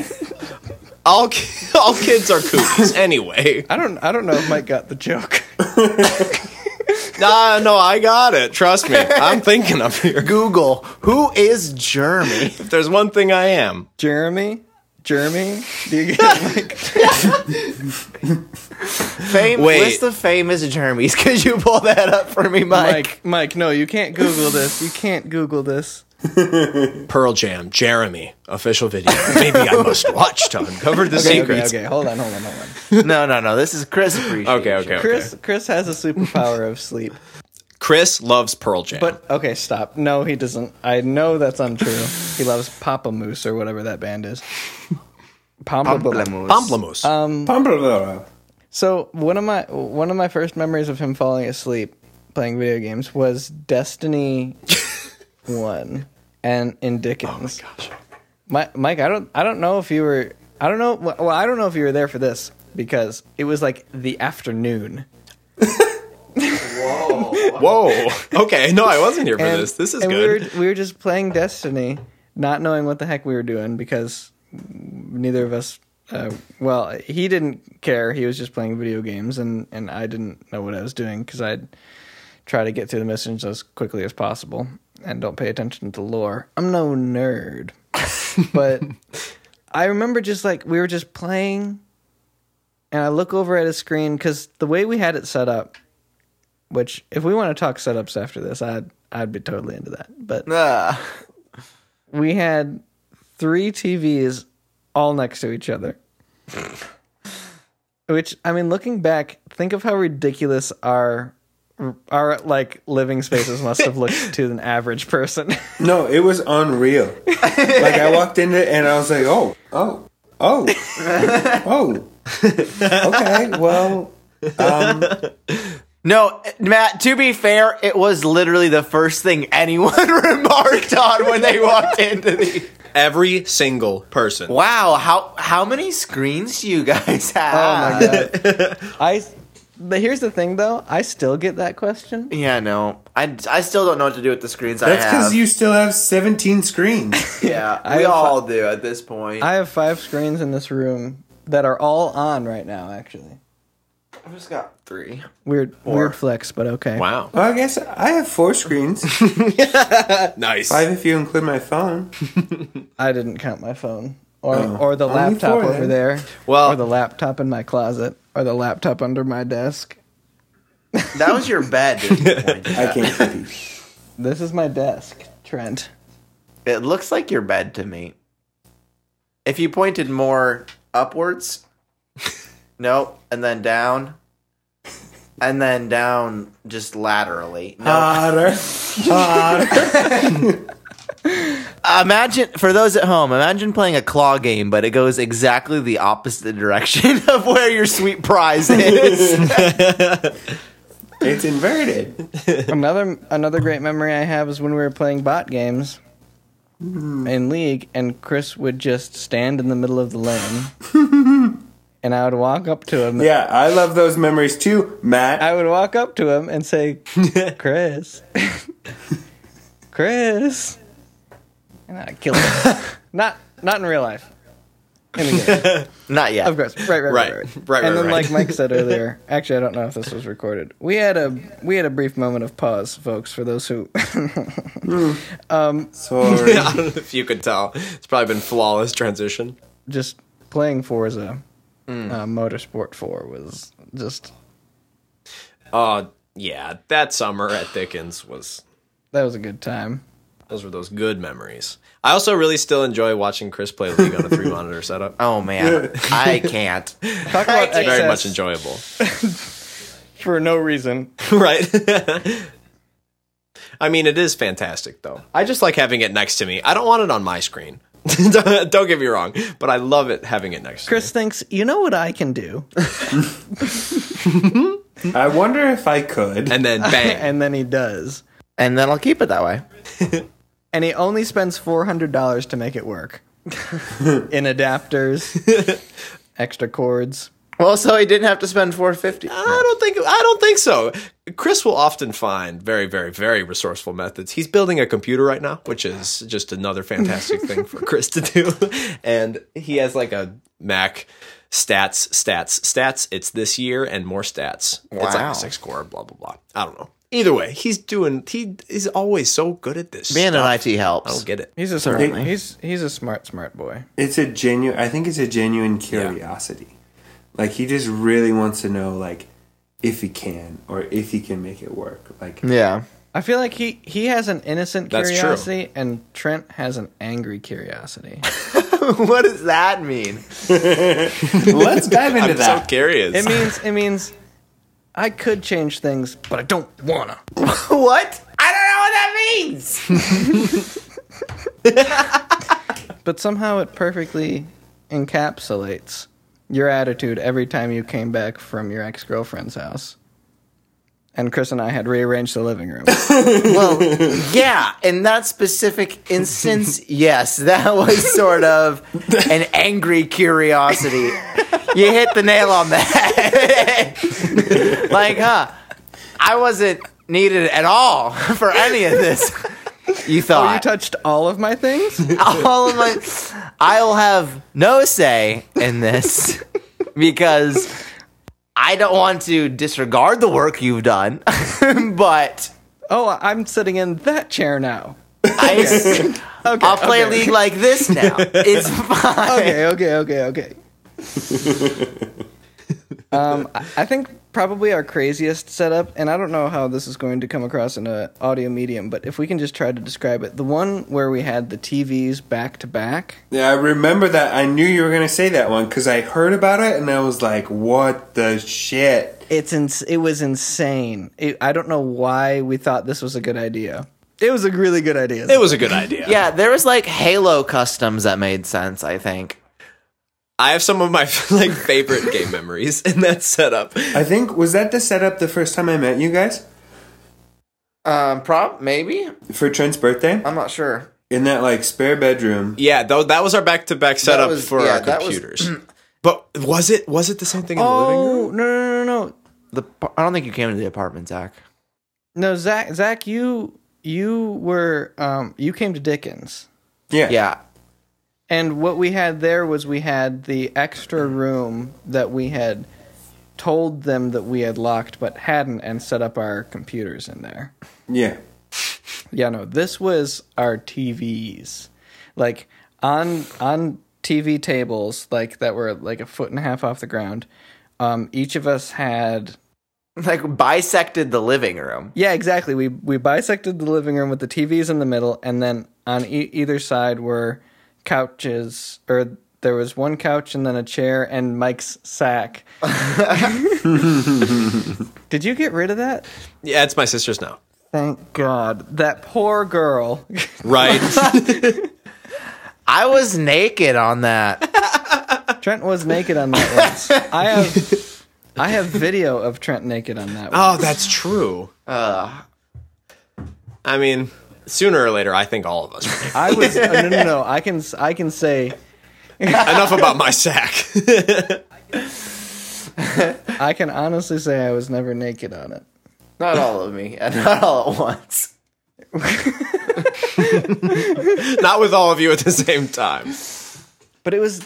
Speaker 4: All ki- all kids are cooties anyway.
Speaker 1: I don't I don't know if Mike got the joke.
Speaker 4: Nah, Uh, no, I got it. Trust me. I'm thinking of here.
Speaker 2: Google who is germy.
Speaker 4: If there's one thing I am,
Speaker 1: Jeremy Jeremy? Do you get like
Speaker 2: Fame.
Speaker 4: Wait.
Speaker 2: List the famous Jeremy's. Could you pull that up for me, Mike?
Speaker 1: Mike? Mike, no, you can't Google this. You can't Google this.
Speaker 4: Pearl Jam, Jeremy, official video. Maybe I must watch to uncover the
Speaker 1: Okay, okay,
Speaker 4: secrets.
Speaker 1: okay. Hold on, hold on, hold on.
Speaker 2: No, no, no. This is Chris. Appreciation.
Speaker 4: Okay, okay, okay.
Speaker 1: Chris
Speaker 4: Chris,
Speaker 1: Chris has a superpower of sleep.
Speaker 4: loves Pearl Jam.
Speaker 1: But okay, stop. No, he doesn't. I know that's untrue. he loves Papa Moose or whatever that band is. Papa
Speaker 2: Um,
Speaker 4: Pomplamoose.
Speaker 1: um,
Speaker 3: Pamplona.
Speaker 1: So one of my one of my first memories of him falling asleep playing video games was Destiny One and in Dickens. Oh my gosh, Mike, I don't I don't know if you were I don't know well I don't know if you were there for this because it was like the afternoon
Speaker 4: Whoa. Okay, no, I wasn't here for this. This is
Speaker 1: and
Speaker 4: good.
Speaker 1: We were, we were just playing Destiny, not knowing what the heck we were doing because neither of us. Uh, well, he didn't care. He was just playing video games, and and I didn't know what I was doing because I'd try to get through the missions as quickly as possible and don't pay attention to lore. I'm no nerd, but I remember just like we were just playing, and I look over at a screen because the way we had it set up, which if we want to talk setups after this, I'd I'd be totally into that. But
Speaker 2: Ah.
Speaker 1: we had three TVs all next to each other. Which I mean, looking back, think of how ridiculous our our like living spaces must have looked to an average person.
Speaker 3: No, it was unreal. like I walked in it and I was like, oh, oh, oh, oh. Okay, well, um,
Speaker 2: No, Matt, to be fair, it was literally the first thing anyone remarked on when they walked into the
Speaker 4: Every single person.
Speaker 2: Wow, how how many screens do you guys have?
Speaker 1: Oh my god! I. But here's the thing, though. I still get that question.
Speaker 2: Yeah, no. I, I still don't know what to do with the screens
Speaker 3: that's
Speaker 2: I have.
Speaker 3: because you still have 17 screens.
Speaker 2: yeah, we
Speaker 1: have-
Speaker 2: all do at this point.
Speaker 1: I have five screens in this room that are all on right now. Actually,
Speaker 2: I've just got three.
Speaker 1: weird, weird flex, but okay.
Speaker 4: Wow.
Speaker 3: well, I guess I have four screens.
Speaker 4: Nice.
Speaker 3: Five if you include my phone.
Speaker 1: I didn't count my phone or
Speaker 3: Oh.
Speaker 1: or the
Speaker 3: Only
Speaker 1: laptop
Speaker 3: four,
Speaker 1: over
Speaker 3: then.
Speaker 1: there.
Speaker 4: Well-
Speaker 1: or the laptop in my closet or the laptop under my desk.
Speaker 2: That was your bed. at this point.
Speaker 3: I can't compete.
Speaker 1: This is my desk, Trent.
Speaker 2: it looks like your bed to me. If you pointed more upwards, nope, and then down, and then down just laterally. No,
Speaker 3: Otter. Otter.
Speaker 2: Uh, Imagine for those at home, imagine playing a claw game, but it goes exactly the opposite direction of where your sweet prize is.
Speaker 3: It's inverted.
Speaker 1: another another great memory I have is when we were playing bot games in League, and Chris would just stand in the middle of the lane, and I would walk up to him.
Speaker 3: Yeah, I love those memories too, Matt.
Speaker 1: I would walk up to him and say, "Chris, Chris," and I'd kill him. not not in real life. In the game.
Speaker 2: Not yet.
Speaker 1: Of course. Right, right, right.
Speaker 4: Right.
Speaker 1: Right,
Speaker 4: Right,
Speaker 1: And
Speaker 4: right,
Speaker 1: then
Speaker 4: right.
Speaker 1: like Mike said earlier, actually I don't know if this was recorded. We had a we had a brief moment of pause, folks, for those who
Speaker 3: Sorry.
Speaker 4: I don't know if you could tell. It's probably been flawless transition.
Speaker 1: just playing Forza
Speaker 4: Mm.
Speaker 1: uh, Motorsport 4 was just
Speaker 4: Uh yeah, that summer at Dickens was
Speaker 1: that was a good time.
Speaker 4: those were those good memories. I also really still enjoy watching Chris play League on a three monitor setup.
Speaker 2: oh man, I can't.
Speaker 1: Talk about
Speaker 4: It's very
Speaker 1: excess
Speaker 4: much enjoyable.
Speaker 1: for no reason.
Speaker 4: right? I mean, it is fantastic, though. I just like having it next to me. I don't want it on my screen. don't don't get me wrong, but I love it having it next
Speaker 1: Chris thinks, "You know what I can do?"
Speaker 3: I wonder if I could.
Speaker 4: to me. And then bang.
Speaker 1: and then he does.
Speaker 2: And then I'll keep it that way.
Speaker 1: And he only spends $400 to make it work. In adapters, extra cords.
Speaker 2: Well, so he didn't have to spend four fifty.
Speaker 4: I don't think I don't think so. Chris will often find very, very, very resourceful methods. He's building a computer right now, which is just another fantastic thing for Chris to do. And he has like a Mac stats, stats, stats. It's this year and more stats. It's like
Speaker 2: Wow.
Speaker 4: a six core, blah blah blah. I don't know. Either way, he's doing. He is always so good at this.
Speaker 2: Being
Speaker 4: stuff.
Speaker 2: an IT helps.
Speaker 4: I don't get it.
Speaker 1: He's a smart.
Speaker 2: Certainly.
Speaker 1: He's he's a smart smart boy.
Speaker 3: It's a genuine. I think it's a genuine curiosity. Like he just really wants to know, like if he can or if he can make it work. Like
Speaker 2: Yeah.
Speaker 1: I feel like he he has an innocent
Speaker 4: That's true.
Speaker 1: curiosity, and Trent has an angry curiosity.
Speaker 2: what does that mean?
Speaker 3: let's dive into
Speaker 4: I'm so
Speaker 3: that.
Speaker 4: curious.
Speaker 1: it means it means I could change things, but I don't wanna.
Speaker 2: what? I don't know what that means.
Speaker 1: But somehow it perfectly encapsulates your attitude every time you came back from your ex girlfriend's house. And Chris and I had rearranged the living room.
Speaker 2: Well, yeah, in that specific instance, yes, that was sort of an angry curiosity. You hit the nail on the head. like, huh? I wasn't needed at all for any of this.
Speaker 1: Oh, you
Speaker 2: You thought
Speaker 1: touched all of my things?
Speaker 2: all of my, I'll have no say in this because I don't want to disregard the work you've done, but.
Speaker 1: Oh, I'm sitting in that chair now.
Speaker 2: I, will play a league like this now. It's fine.
Speaker 1: Okay, okay, okay, okay. um, I- I think probably our craziest setup, and I don't know how this is going to come across in an audio medium, but if we can just try to describe it, the one where we had the TVs back to back.
Speaker 3: Yeah, I remember that. I knew you were gonna say that one because I heard about it and I was like, "What the shit."
Speaker 1: It's ins- it was insane. It, I don't know why we thought this was a good idea. It was a really good idea.
Speaker 4: It was a good idea.
Speaker 2: Yeah, there was like Halo customs that made sense. I think.
Speaker 4: I have some of my like favorite game memories in that setup.
Speaker 3: I think was that the setup the first time I met you guys
Speaker 2: Um, prop maybe.
Speaker 3: for Trent's birthday
Speaker 2: I'm not sure.
Speaker 3: in that like spare bedroom.
Speaker 4: Yeah, though that was our back to back setup
Speaker 2: was-
Speaker 4: for
Speaker 2: yeah,
Speaker 4: our
Speaker 2: that was-
Speaker 4: computers. but was it was it the same thing in the living room?
Speaker 1: oh no no no no
Speaker 2: The I don't think you came to the apartment, Zach.
Speaker 1: no Zach Zach you you were um you came to Dickens.
Speaker 3: Yeah,
Speaker 2: Yeah,
Speaker 1: And what we had there was we had the extra room that we had told them that we had locked but hadn't and set up our computers in there.
Speaker 3: yeah.
Speaker 1: Yeah, no, this was our TVs. Like on on TV tables like that were like a foot and a half off the ground. Um each of us had
Speaker 2: like bisected the living room.
Speaker 1: Yeah, exactly. We we bisected the living room with the TVs in the middle, and then on e- either side were couches, or there was one couch and then a chair and Mike's sack. Did you get rid of that?
Speaker 4: Yeah, it's my sister's now.
Speaker 1: Thank God. That poor girl.
Speaker 4: Right.
Speaker 2: I was naked on that.
Speaker 1: Trent was naked on that once. I have I have video of Trent naked on that one.
Speaker 4: oh, that's true. Uh, I mean, sooner or later, I think all of us. were naked.
Speaker 1: I was no, no no no. I can s- I can say
Speaker 4: Enough about my sack.
Speaker 1: I can honestly say I was never naked on it.
Speaker 2: not all of me, and not all at once.
Speaker 4: Not with all of you at the same time.
Speaker 1: but it was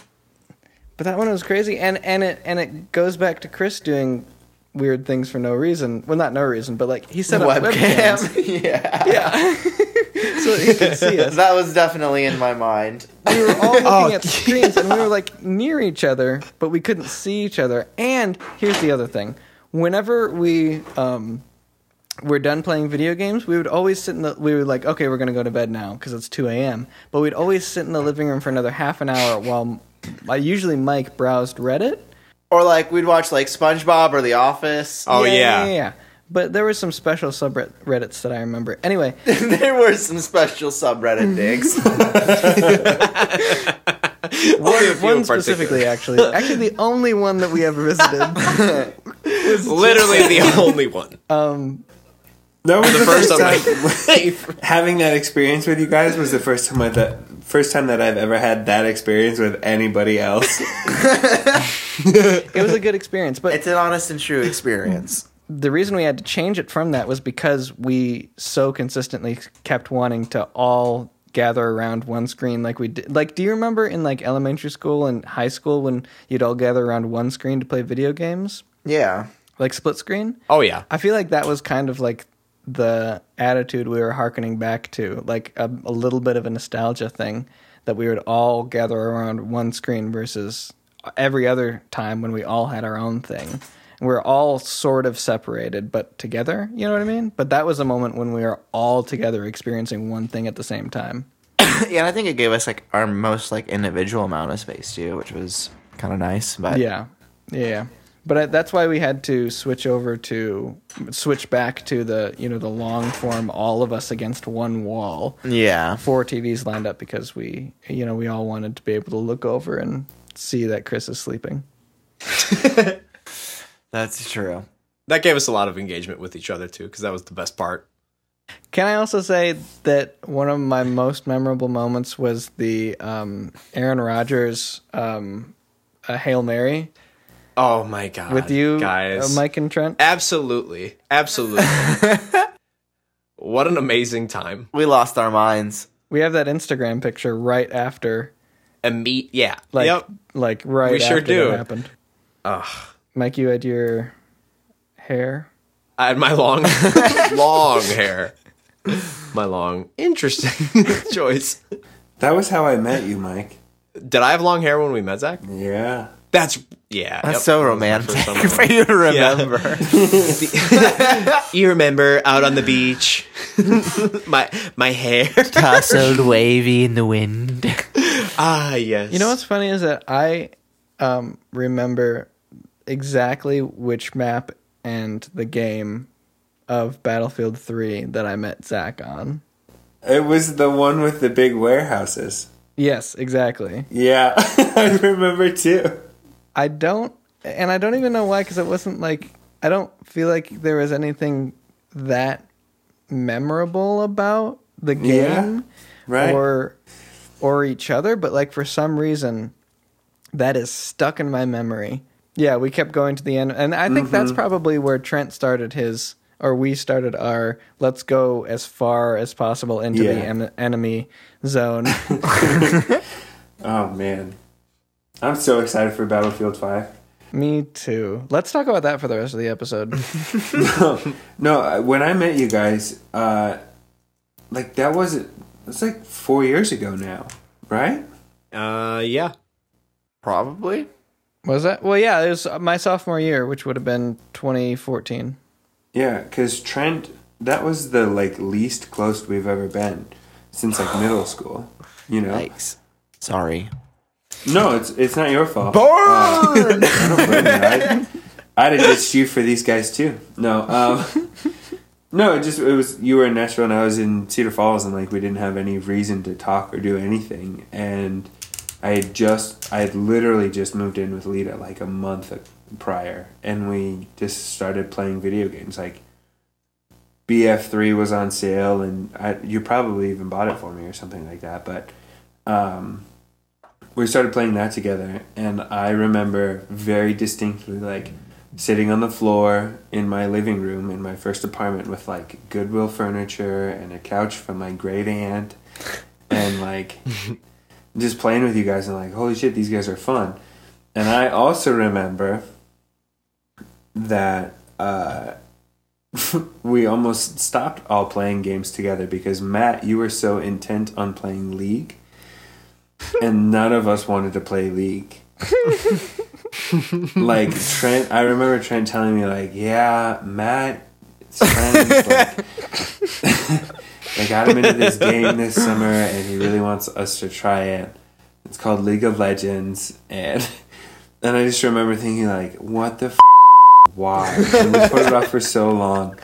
Speaker 1: but that one was crazy and and it and it goes back to chris doing weird things for no reason well not no reason but like he set up
Speaker 2: Webcam.
Speaker 1: webcams
Speaker 2: yeah,
Speaker 1: so that he could see us
Speaker 2: that was definitely in my mind.
Speaker 1: we were all looking at the screens and we were like near each other but we couldn't see each other and here's the other thing whenever we um we're done playing video games we would always sit in the we were like okay we're gonna go to bed now because it's 2 a.m but we'd always sit in the living room for another half an hour while uh, usually mike browsed reddit
Speaker 2: Or like we'd watch like SpongeBob or The Office.
Speaker 4: Oh
Speaker 1: yeah,
Speaker 4: yeah.
Speaker 1: yeah. But there were some special subreddits that I remember. Anyway,
Speaker 2: there were some special subreddit digs.
Speaker 1: one,
Speaker 4: Only a few
Speaker 1: one
Speaker 4: in particular.
Speaker 1: specifically, actually, actually the only one that we ever visited.
Speaker 4: Literally the only one.
Speaker 3: That was the,
Speaker 4: first
Speaker 3: first,
Speaker 4: time
Speaker 3: time. having that experience with you guys was the first time I that first time that I've ever had that experience with anybody else.
Speaker 1: It was a good experience, but
Speaker 2: it's an honest and true experience.
Speaker 1: the reason we had to change it from that was because we so consistently kept wanting to all gather around one screen like we did like do you remember in like elementary school and high school when you'd all gather around one screen to play video games
Speaker 2: Yeah.
Speaker 1: like split screen
Speaker 4: Oh yeah.
Speaker 1: I feel like that was kind of like the attitude we were hearkening back to, like a, a little bit of a nostalgia thing that we would all gather around one screen versus every other time when we all had our own thing. And we we're all sort of separated but together, you know what I mean? But that was a moment when we were all together experiencing one thing at the same time.
Speaker 2: yeah, and I think it gave us like our most like individual amount of space too, which was kind of nice. But
Speaker 1: Yeah, yeah. But I, that's why we had to switch over to switch back to the you know the long form, all of us against one wall,
Speaker 2: yeah,
Speaker 1: four TVs lined up because we you know we all wanted to be able to look over and see that Chris is sleeping.
Speaker 2: that's true.
Speaker 4: That gave us a lot of engagement with each other too, because that was the best part.
Speaker 1: Can I also say that one of my most memorable moments was the um, Aaron Rodgers um, uh, Hail Mary
Speaker 4: Oh my god!
Speaker 1: with you,
Speaker 4: guys,
Speaker 1: uh, Mike and Trent?
Speaker 4: absolutely, absolutely. what an amazing time!
Speaker 2: We lost our minds.
Speaker 1: We have that Instagram picture right after
Speaker 4: And meet, yeah,
Speaker 1: Like,
Speaker 4: yep.
Speaker 1: like right
Speaker 4: We sure
Speaker 1: after
Speaker 4: do.
Speaker 1: that happened. Mike, you had your hair.
Speaker 4: I had my long, long hair. My long, interesting choice.
Speaker 3: That was how I met you, Mike.
Speaker 4: Did I have long hair when we met Zach?
Speaker 3: Yeah.
Speaker 4: That's yeah.
Speaker 2: That's
Speaker 4: yep.
Speaker 2: so
Speaker 4: That was my
Speaker 2: romantic
Speaker 4: first summer.
Speaker 2: for you to remember.
Speaker 4: you remember out on the beach, my my hair.
Speaker 2: Tousled, wavy in the wind.
Speaker 4: ah yes.
Speaker 1: You know what's funny is that I um, remember exactly which map and the game of Battlefield 3 that I met Zach on.
Speaker 3: It was the one with the big warehouses.
Speaker 1: Yes, exactly.
Speaker 3: Yeah, I remember too.
Speaker 1: I don't, and I don't even know why, because it wasn't like, I don't feel like there was anything that memorable about the
Speaker 3: Yeah.
Speaker 1: game.
Speaker 3: Right.
Speaker 1: or or each other, but like for some reason that is stuck in my memory. Yeah, we kept going to the end and I think
Speaker 3: Mm-hmm.
Speaker 1: that's probably where Trent started his or we started our let's go as far as possible into the
Speaker 3: Yeah.
Speaker 1: en- enemy zone.
Speaker 3: oh man, I'm so excited for Battlefield Five.
Speaker 1: Me too. Let's talk about that for the rest of the episode.
Speaker 3: No, I- when I met you guys, uh, like that wasn't. It's like four years ago now, right?
Speaker 4: Uh yeah.
Speaker 2: Probably.
Speaker 1: Was that? Well, yeah, it was my sophomore year, which would have been 2014.
Speaker 3: Yeah, because Trent, that was the like least close we've ever been since like middle school. You know?
Speaker 2: Yikes. Sorry.
Speaker 3: No, it's it's not your fault. Uh, I don't blame you. I, I'd have ditched you for these guys too. No, um, no, it just it was you were in Nashville and I was in Cedar Falls and like we didn't have any reason to talk or do anything and I had just I had literally just moved in with Lita like a month prior and we just started playing video games like BF3 was on sale and I, you probably even bought it for me or something like that but um we started playing that together and i remember very distinctly like sitting on the floor in my living room in my first apartment with like goodwill furniture and a couch from my great aunt and like just playing with you guys and like holy shit these guys are fun and i also remember that uh we almost stopped all playing games together because matt you were so intent on playing league and none of us wanted to play league. like Trent, I remember Trent telling me like, "Yeah, Matt, it's friends, like, they got him into this game this summer, and he really wants us to try it. It's called League of Legends, and and I just remember thinking like, what the f- why? And we put it off for so long."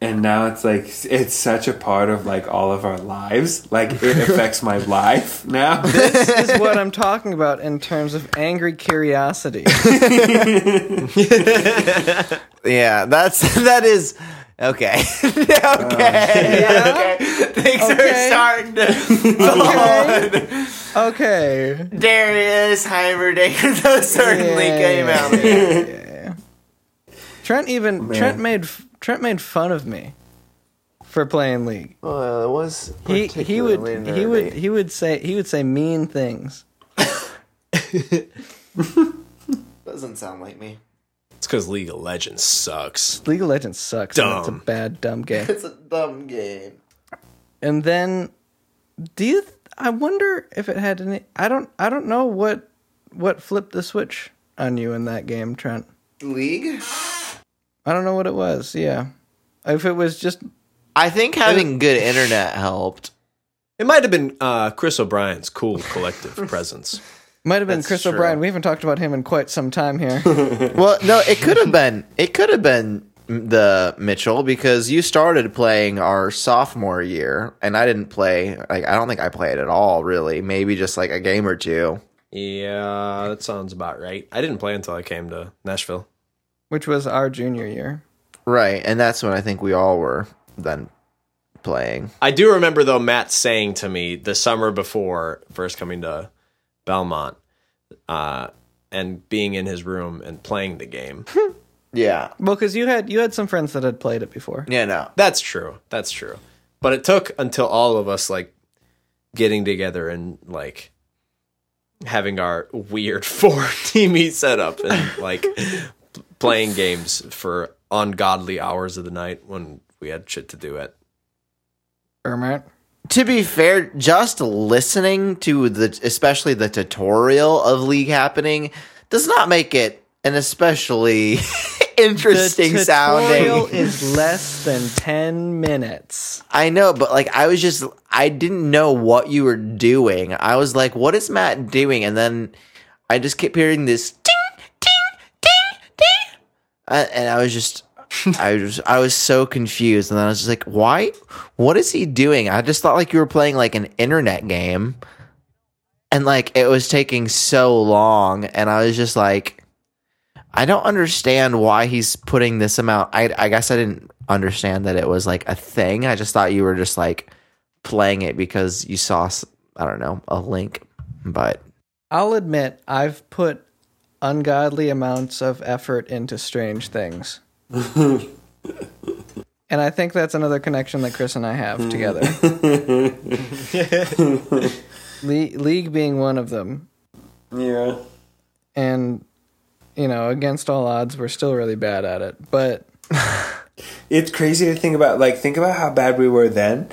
Speaker 3: And now it's like it's such a part of like all of our lives. Like it affects my life now.
Speaker 1: This is what I'm talking about in terms of angry curiosity.
Speaker 2: Yeah, that's that is okay. okay. okay. Things
Speaker 1: Okay.
Speaker 2: are starting to
Speaker 1: Okay. okay.
Speaker 2: Darius Heimerdinger those certainly
Speaker 1: Yeah.
Speaker 2: came out.
Speaker 1: Trent
Speaker 2: Oh,
Speaker 1: even Trent made f- Trent made fun of me for playing league.
Speaker 2: Well, it Oh, was
Speaker 1: He he would he would he would say he would say mean things.
Speaker 2: doesn't sound like me.
Speaker 4: It's because League of Legends sucks.
Speaker 1: League of Legends sucks. and It's a
Speaker 4: Dumb.
Speaker 1: bad, dumb game.
Speaker 2: It's a dumb game.
Speaker 1: and then do you th- i wonder if it had any i don't i don't know what what flipped the switch on you in that game trent
Speaker 2: League?
Speaker 1: i don't know what it was yeah if it was just
Speaker 2: I think having good internet helped.
Speaker 4: It might have been uh, Chris O'Brien's cool collective presence.
Speaker 1: might have been
Speaker 2: That's
Speaker 1: chris
Speaker 2: true.
Speaker 1: o'brien we haven't talked about him in quite some time here
Speaker 2: Well, no, it could have been. It could have been the Mitchell because you started playing our sophomore year, and I didn't play. Like, I don't think I played at all. Really, maybe just like a game or two.
Speaker 4: Yeah, that sounds about right. I didn't play until I came to Nashville.
Speaker 1: which was our junior year
Speaker 2: Right, and that's when I think we all were then playing.
Speaker 4: I do remember though Matt saying to me the summer before first coming to Belmont, uh, and being in his room and playing the game.
Speaker 2: Yeah.
Speaker 1: well because you had you had some friends that had played it before
Speaker 2: Yeah. No.
Speaker 4: That's true. That's true. But it took until all of us like getting together and like having our weird four teamy setup and like playing games for ungodly hours of the night when we had shit to do at
Speaker 1: Ermart.
Speaker 2: to be fair, just listening to the especially the tutorial of League happening does not make it an especially interesting
Speaker 1: the tutorial
Speaker 2: sounding.
Speaker 1: is less than 10 minutes
Speaker 2: I know, but like I was just I didn't know what you were doing. I was like, what is Matt doing? And then I just kept hearing this ting ting ting ting. Uh, and I was just I was I was so confused and then I was just like, why what is he doing? I just thought like you were playing like an internet game. And like it was taking so long and I was just like I don't understand why he's putting this amount. I I guess I didn't understand that it was like a thing. I just thought you were just like playing it because you saw s- I don't know, a link. But
Speaker 1: I'll admit I've put ungodly amounts of effort into strange things. and I think that's another connection that Chris and I have together. Le- League being one of them.
Speaker 3: Yeah.
Speaker 1: And, you know, against all odds, we're still really bad at it. But
Speaker 3: It's crazy to think about. Like, think about how bad we were then,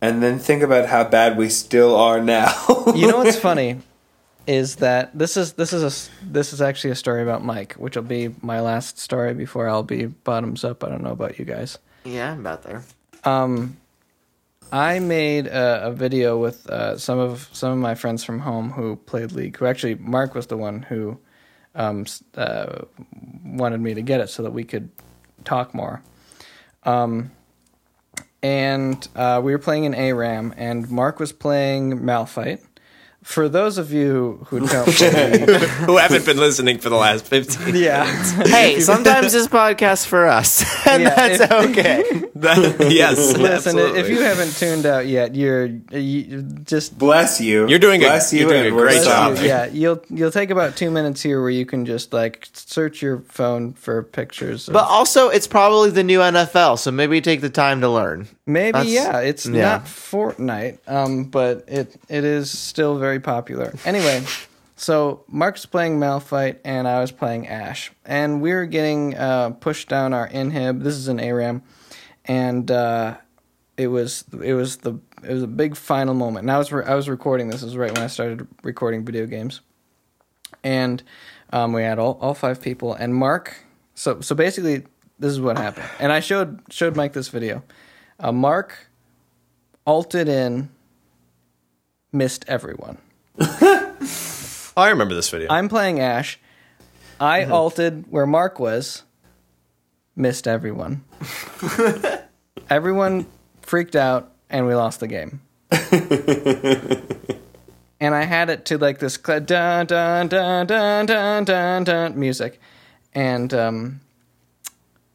Speaker 3: and then think about how bad we still are now.
Speaker 1: you know what's funny is that this is this is a s- this is actually a story about Mike, which will be my last story before I'll be bottoms up. I don't know about you guys.
Speaker 2: yeah, I'm about there.
Speaker 1: Um, I made a, a video with uh, some of some of my friends from home who played League. Who actually, Mark was the one who um, s- uh, wanted me to get it so that we could talk more. Um, and uh, we were playing in ARAM, and Mark was playing Malphite. For those of you who don't, play League-
Speaker 4: who haven't been listening for the last 15
Speaker 1: yeah,
Speaker 2: Hey, sometimes this podcast for us, and
Speaker 1: Yeah,
Speaker 2: that's
Speaker 1: if-
Speaker 2: okay.
Speaker 4: yes
Speaker 1: listen.
Speaker 4: absolutely.
Speaker 1: If you haven't tuned out yet, you're you just
Speaker 3: Bless you.
Speaker 4: You're doing a-
Speaker 3: Bless
Speaker 4: you're doing
Speaker 3: and
Speaker 4: a
Speaker 3: we're
Speaker 4: great
Speaker 3: sorry.
Speaker 4: job.
Speaker 1: Bless you. Yeah, you'll you'll take about two minutes here where you can just like search your phone for pictures. Of,
Speaker 2: But also, it's probably the new NFL, so maybe take the time to learn.
Speaker 1: maybe
Speaker 2: that's-
Speaker 1: yeah, it's
Speaker 2: yeah.
Speaker 1: not Fortnite, um, but it it is still very popular. Anyway, so Mark's playing Malphite and I was playing Ash, and we were getting uh, pushed down our inhib. This is an ARAM, and uh, it was it was the it was a big final moment. And I was re- I was recording this. It was right when I started recording video games. and um, we had all, all five people and mark so so basically this is what happened and i showed showed mike this video uh, mark alted in missed everyone
Speaker 4: oh, i remember this video
Speaker 1: i'm playing ash i alted where mark was missed everyone everyone freaked out and we lost the game and I had it to like this cla- dun dun dun dun dun dun dun music, and um,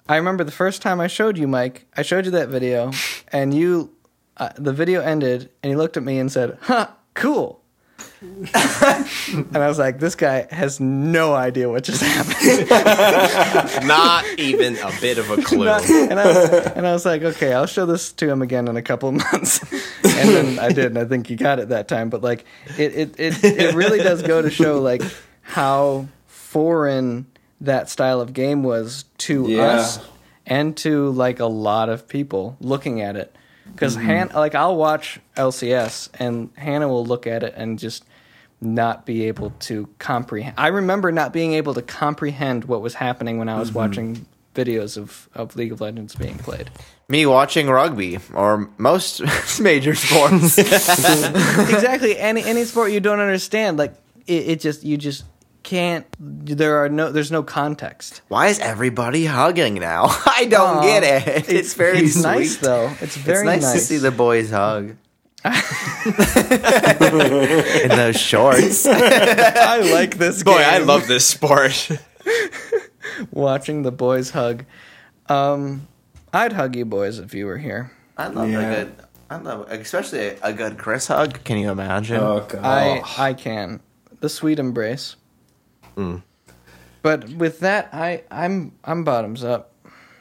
Speaker 1: I remember the first time I showed you, Mike. I showed you that video, and you, uh, the video ended, and you looked at me and said, "Huh, cool." and I was like, "This guy has no idea what just happened."
Speaker 4: not even a bit of a clue
Speaker 1: and, I was, and I was like, "Okay, I'll show this to him again in a couple of months." and then I did, and I think he got it that time. But like, it it it, it really does go to show like how foreign that style of game was to
Speaker 3: Yeah.
Speaker 1: us and to like a lot of people looking at it. Because Han, like I'll watch LCS and Hannah will look at it and just not be able to comprehend. I remember not being able to comprehend what was happening when I was watching videos of, of League of Legends being played.
Speaker 2: Me watching rugby or most major sports.
Speaker 1: exactly any any sport you don't understand like it, it just you just can't there are no there's no context
Speaker 2: Why is everybody hugging now? I don't
Speaker 1: Aw,
Speaker 2: get it. It's, very
Speaker 1: it's
Speaker 2: sweet.
Speaker 1: nice though it's very
Speaker 2: It's nice, to see the boys hug. In those shorts.
Speaker 1: i like this
Speaker 4: Boy,
Speaker 1: game.
Speaker 4: I love this sport.
Speaker 1: watching the boys hug um i'd hug you boys if you were here
Speaker 2: I love
Speaker 3: Yeah.
Speaker 2: a good I love especially a, a good Chris hug. Can you imagine?
Speaker 3: Oh god.
Speaker 1: i i can the sweet embrace
Speaker 4: Mm.
Speaker 1: but with that i i'm i'm bottoms up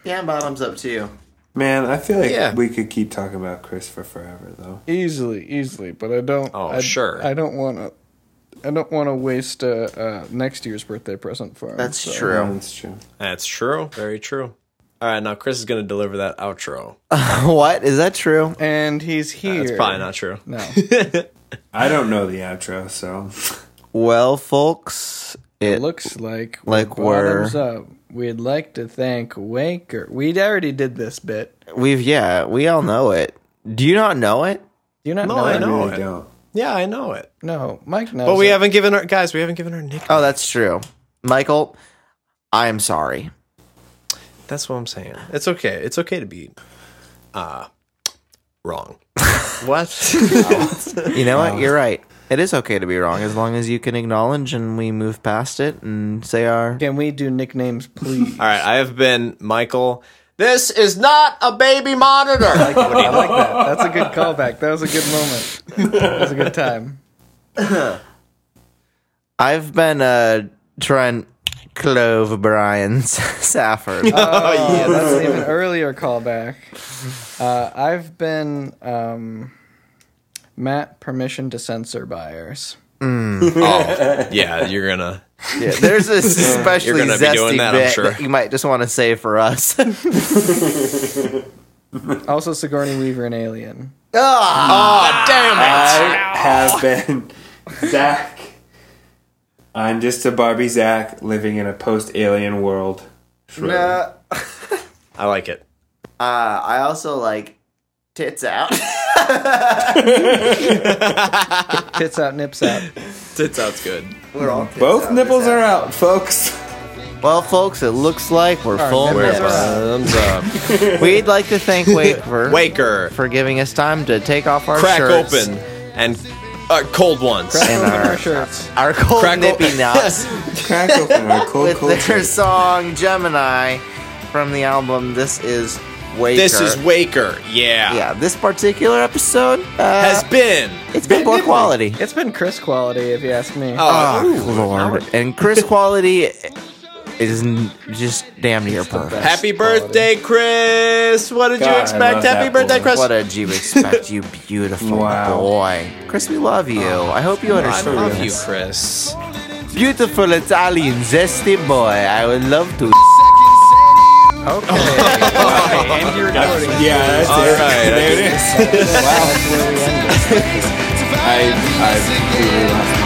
Speaker 2: yeah, bottoms up to you.
Speaker 3: Man, I feel like
Speaker 4: Yeah.
Speaker 3: we could keep talking about Chris for forever though.
Speaker 1: easily easily but i don't
Speaker 4: Oh,
Speaker 1: I,
Speaker 4: sure.
Speaker 1: i don't want to I don't want to waste uh, uh, next year's birthday present for him.
Speaker 2: That's
Speaker 1: so.
Speaker 3: Yeah,
Speaker 2: true.
Speaker 3: that's true.
Speaker 4: That's true. Very true. All right, now Chris is going to deliver that outro.
Speaker 2: what? Is that true?
Speaker 1: And he's here.
Speaker 4: That's probably not true.
Speaker 1: No.
Speaker 3: I don't know the outro, so
Speaker 2: Well, folks, it
Speaker 1: It looks like
Speaker 2: Like we're-
Speaker 1: bottoms up. We'd like to thank Waker. We already did this bit.
Speaker 2: we've yeah, we all know it. Do you not know it?
Speaker 1: Do you not
Speaker 4: No,
Speaker 1: know?
Speaker 4: I
Speaker 1: it?
Speaker 3: I
Speaker 4: know
Speaker 3: really
Speaker 4: it.
Speaker 3: don't.
Speaker 4: Yeah, I know it.
Speaker 1: No, Mike knows.
Speaker 4: But we
Speaker 1: it.
Speaker 4: haven't given our guys. We haven't given our nick.
Speaker 2: Oh, that's true. Michael, I'm sorry.
Speaker 4: That's what I'm saying. It's okay. It's okay to be uh wrong. what?
Speaker 2: You know what? You're right. It is okay to be wrong as long as you can acknowledge and we move past it and say our.
Speaker 1: Can we do nicknames, please?
Speaker 4: All right, I have been Michael. This is not a baby monitor.
Speaker 1: I like that. That's a good callback. That was a good moment. That was a good time.
Speaker 2: I've been uh, trying Clove Brian Safford.
Speaker 1: Oh, yeah, that's an even earlier callback. Uh, I've been um, Matt permission to censor buyers.
Speaker 4: oh, yeah, you're gonna.
Speaker 2: Yeah, there's this especially
Speaker 4: You're gonna be
Speaker 2: zesty
Speaker 4: doing that, I'm
Speaker 2: bit
Speaker 4: sure.
Speaker 2: that you might just want to say for us.
Speaker 1: Also Sigourney Weaver and Alien.
Speaker 4: Oh, damn it!
Speaker 3: I have been Zach. I'm just a Barbie Zach living in a post alien world. Shrug.
Speaker 2: uh,
Speaker 4: I like it.
Speaker 2: I also like tits out.
Speaker 1: Tits out, nips out.
Speaker 4: It sounds good.
Speaker 2: We're all
Speaker 3: Both nipples are out, folks.
Speaker 2: Well, folks, it looks like we're full.
Speaker 1: nipples
Speaker 2: nips.
Speaker 1: are out.
Speaker 4: Thumbs up.
Speaker 2: We'd like to thank Wake for
Speaker 4: Waker,
Speaker 2: for giving us time to take off our
Speaker 4: crack
Speaker 2: shirts
Speaker 4: open and uh, cold ones.
Speaker 1: Open
Speaker 2: our-
Speaker 1: our shirts.
Speaker 2: our cold
Speaker 4: Crack
Speaker 2: nippy
Speaker 4: open.
Speaker 2: knots
Speaker 3: Crack open our cold,
Speaker 2: with
Speaker 3: cold
Speaker 2: their
Speaker 3: case.
Speaker 2: song Gemini from the album This Is Waker.
Speaker 4: This is Waker. Yeah.
Speaker 2: yeah. This particular episode uh,
Speaker 4: Has been.
Speaker 2: it's been poor quality.
Speaker 1: It's been Chris quality, if you ask me.
Speaker 4: Oh,
Speaker 2: Oh, Lord. And Chris quality is n- just damn near perfect.
Speaker 4: happy birthday, Chris! What did
Speaker 3: God, I
Speaker 4: you expect?
Speaker 3: love
Speaker 4: Happy
Speaker 3: that
Speaker 4: birthday,
Speaker 3: boy.
Speaker 4: Chris!
Speaker 2: What did you expect, you beautiful
Speaker 3: Wow.
Speaker 2: boy? Chris, we love you. I hope you
Speaker 4: I
Speaker 2: understand.
Speaker 4: love you, Chris.
Speaker 2: Beautiful Italian zesty boy. I would love to.
Speaker 1: Okay. okay. And you're recording.
Speaker 3: Yeah, that's
Speaker 4: All
Speaker 3: it.
Speaker 4: right.
Speaker 3: There it is.
Speaker 1: That's where we end it.
Speaker 3: I, I really lost my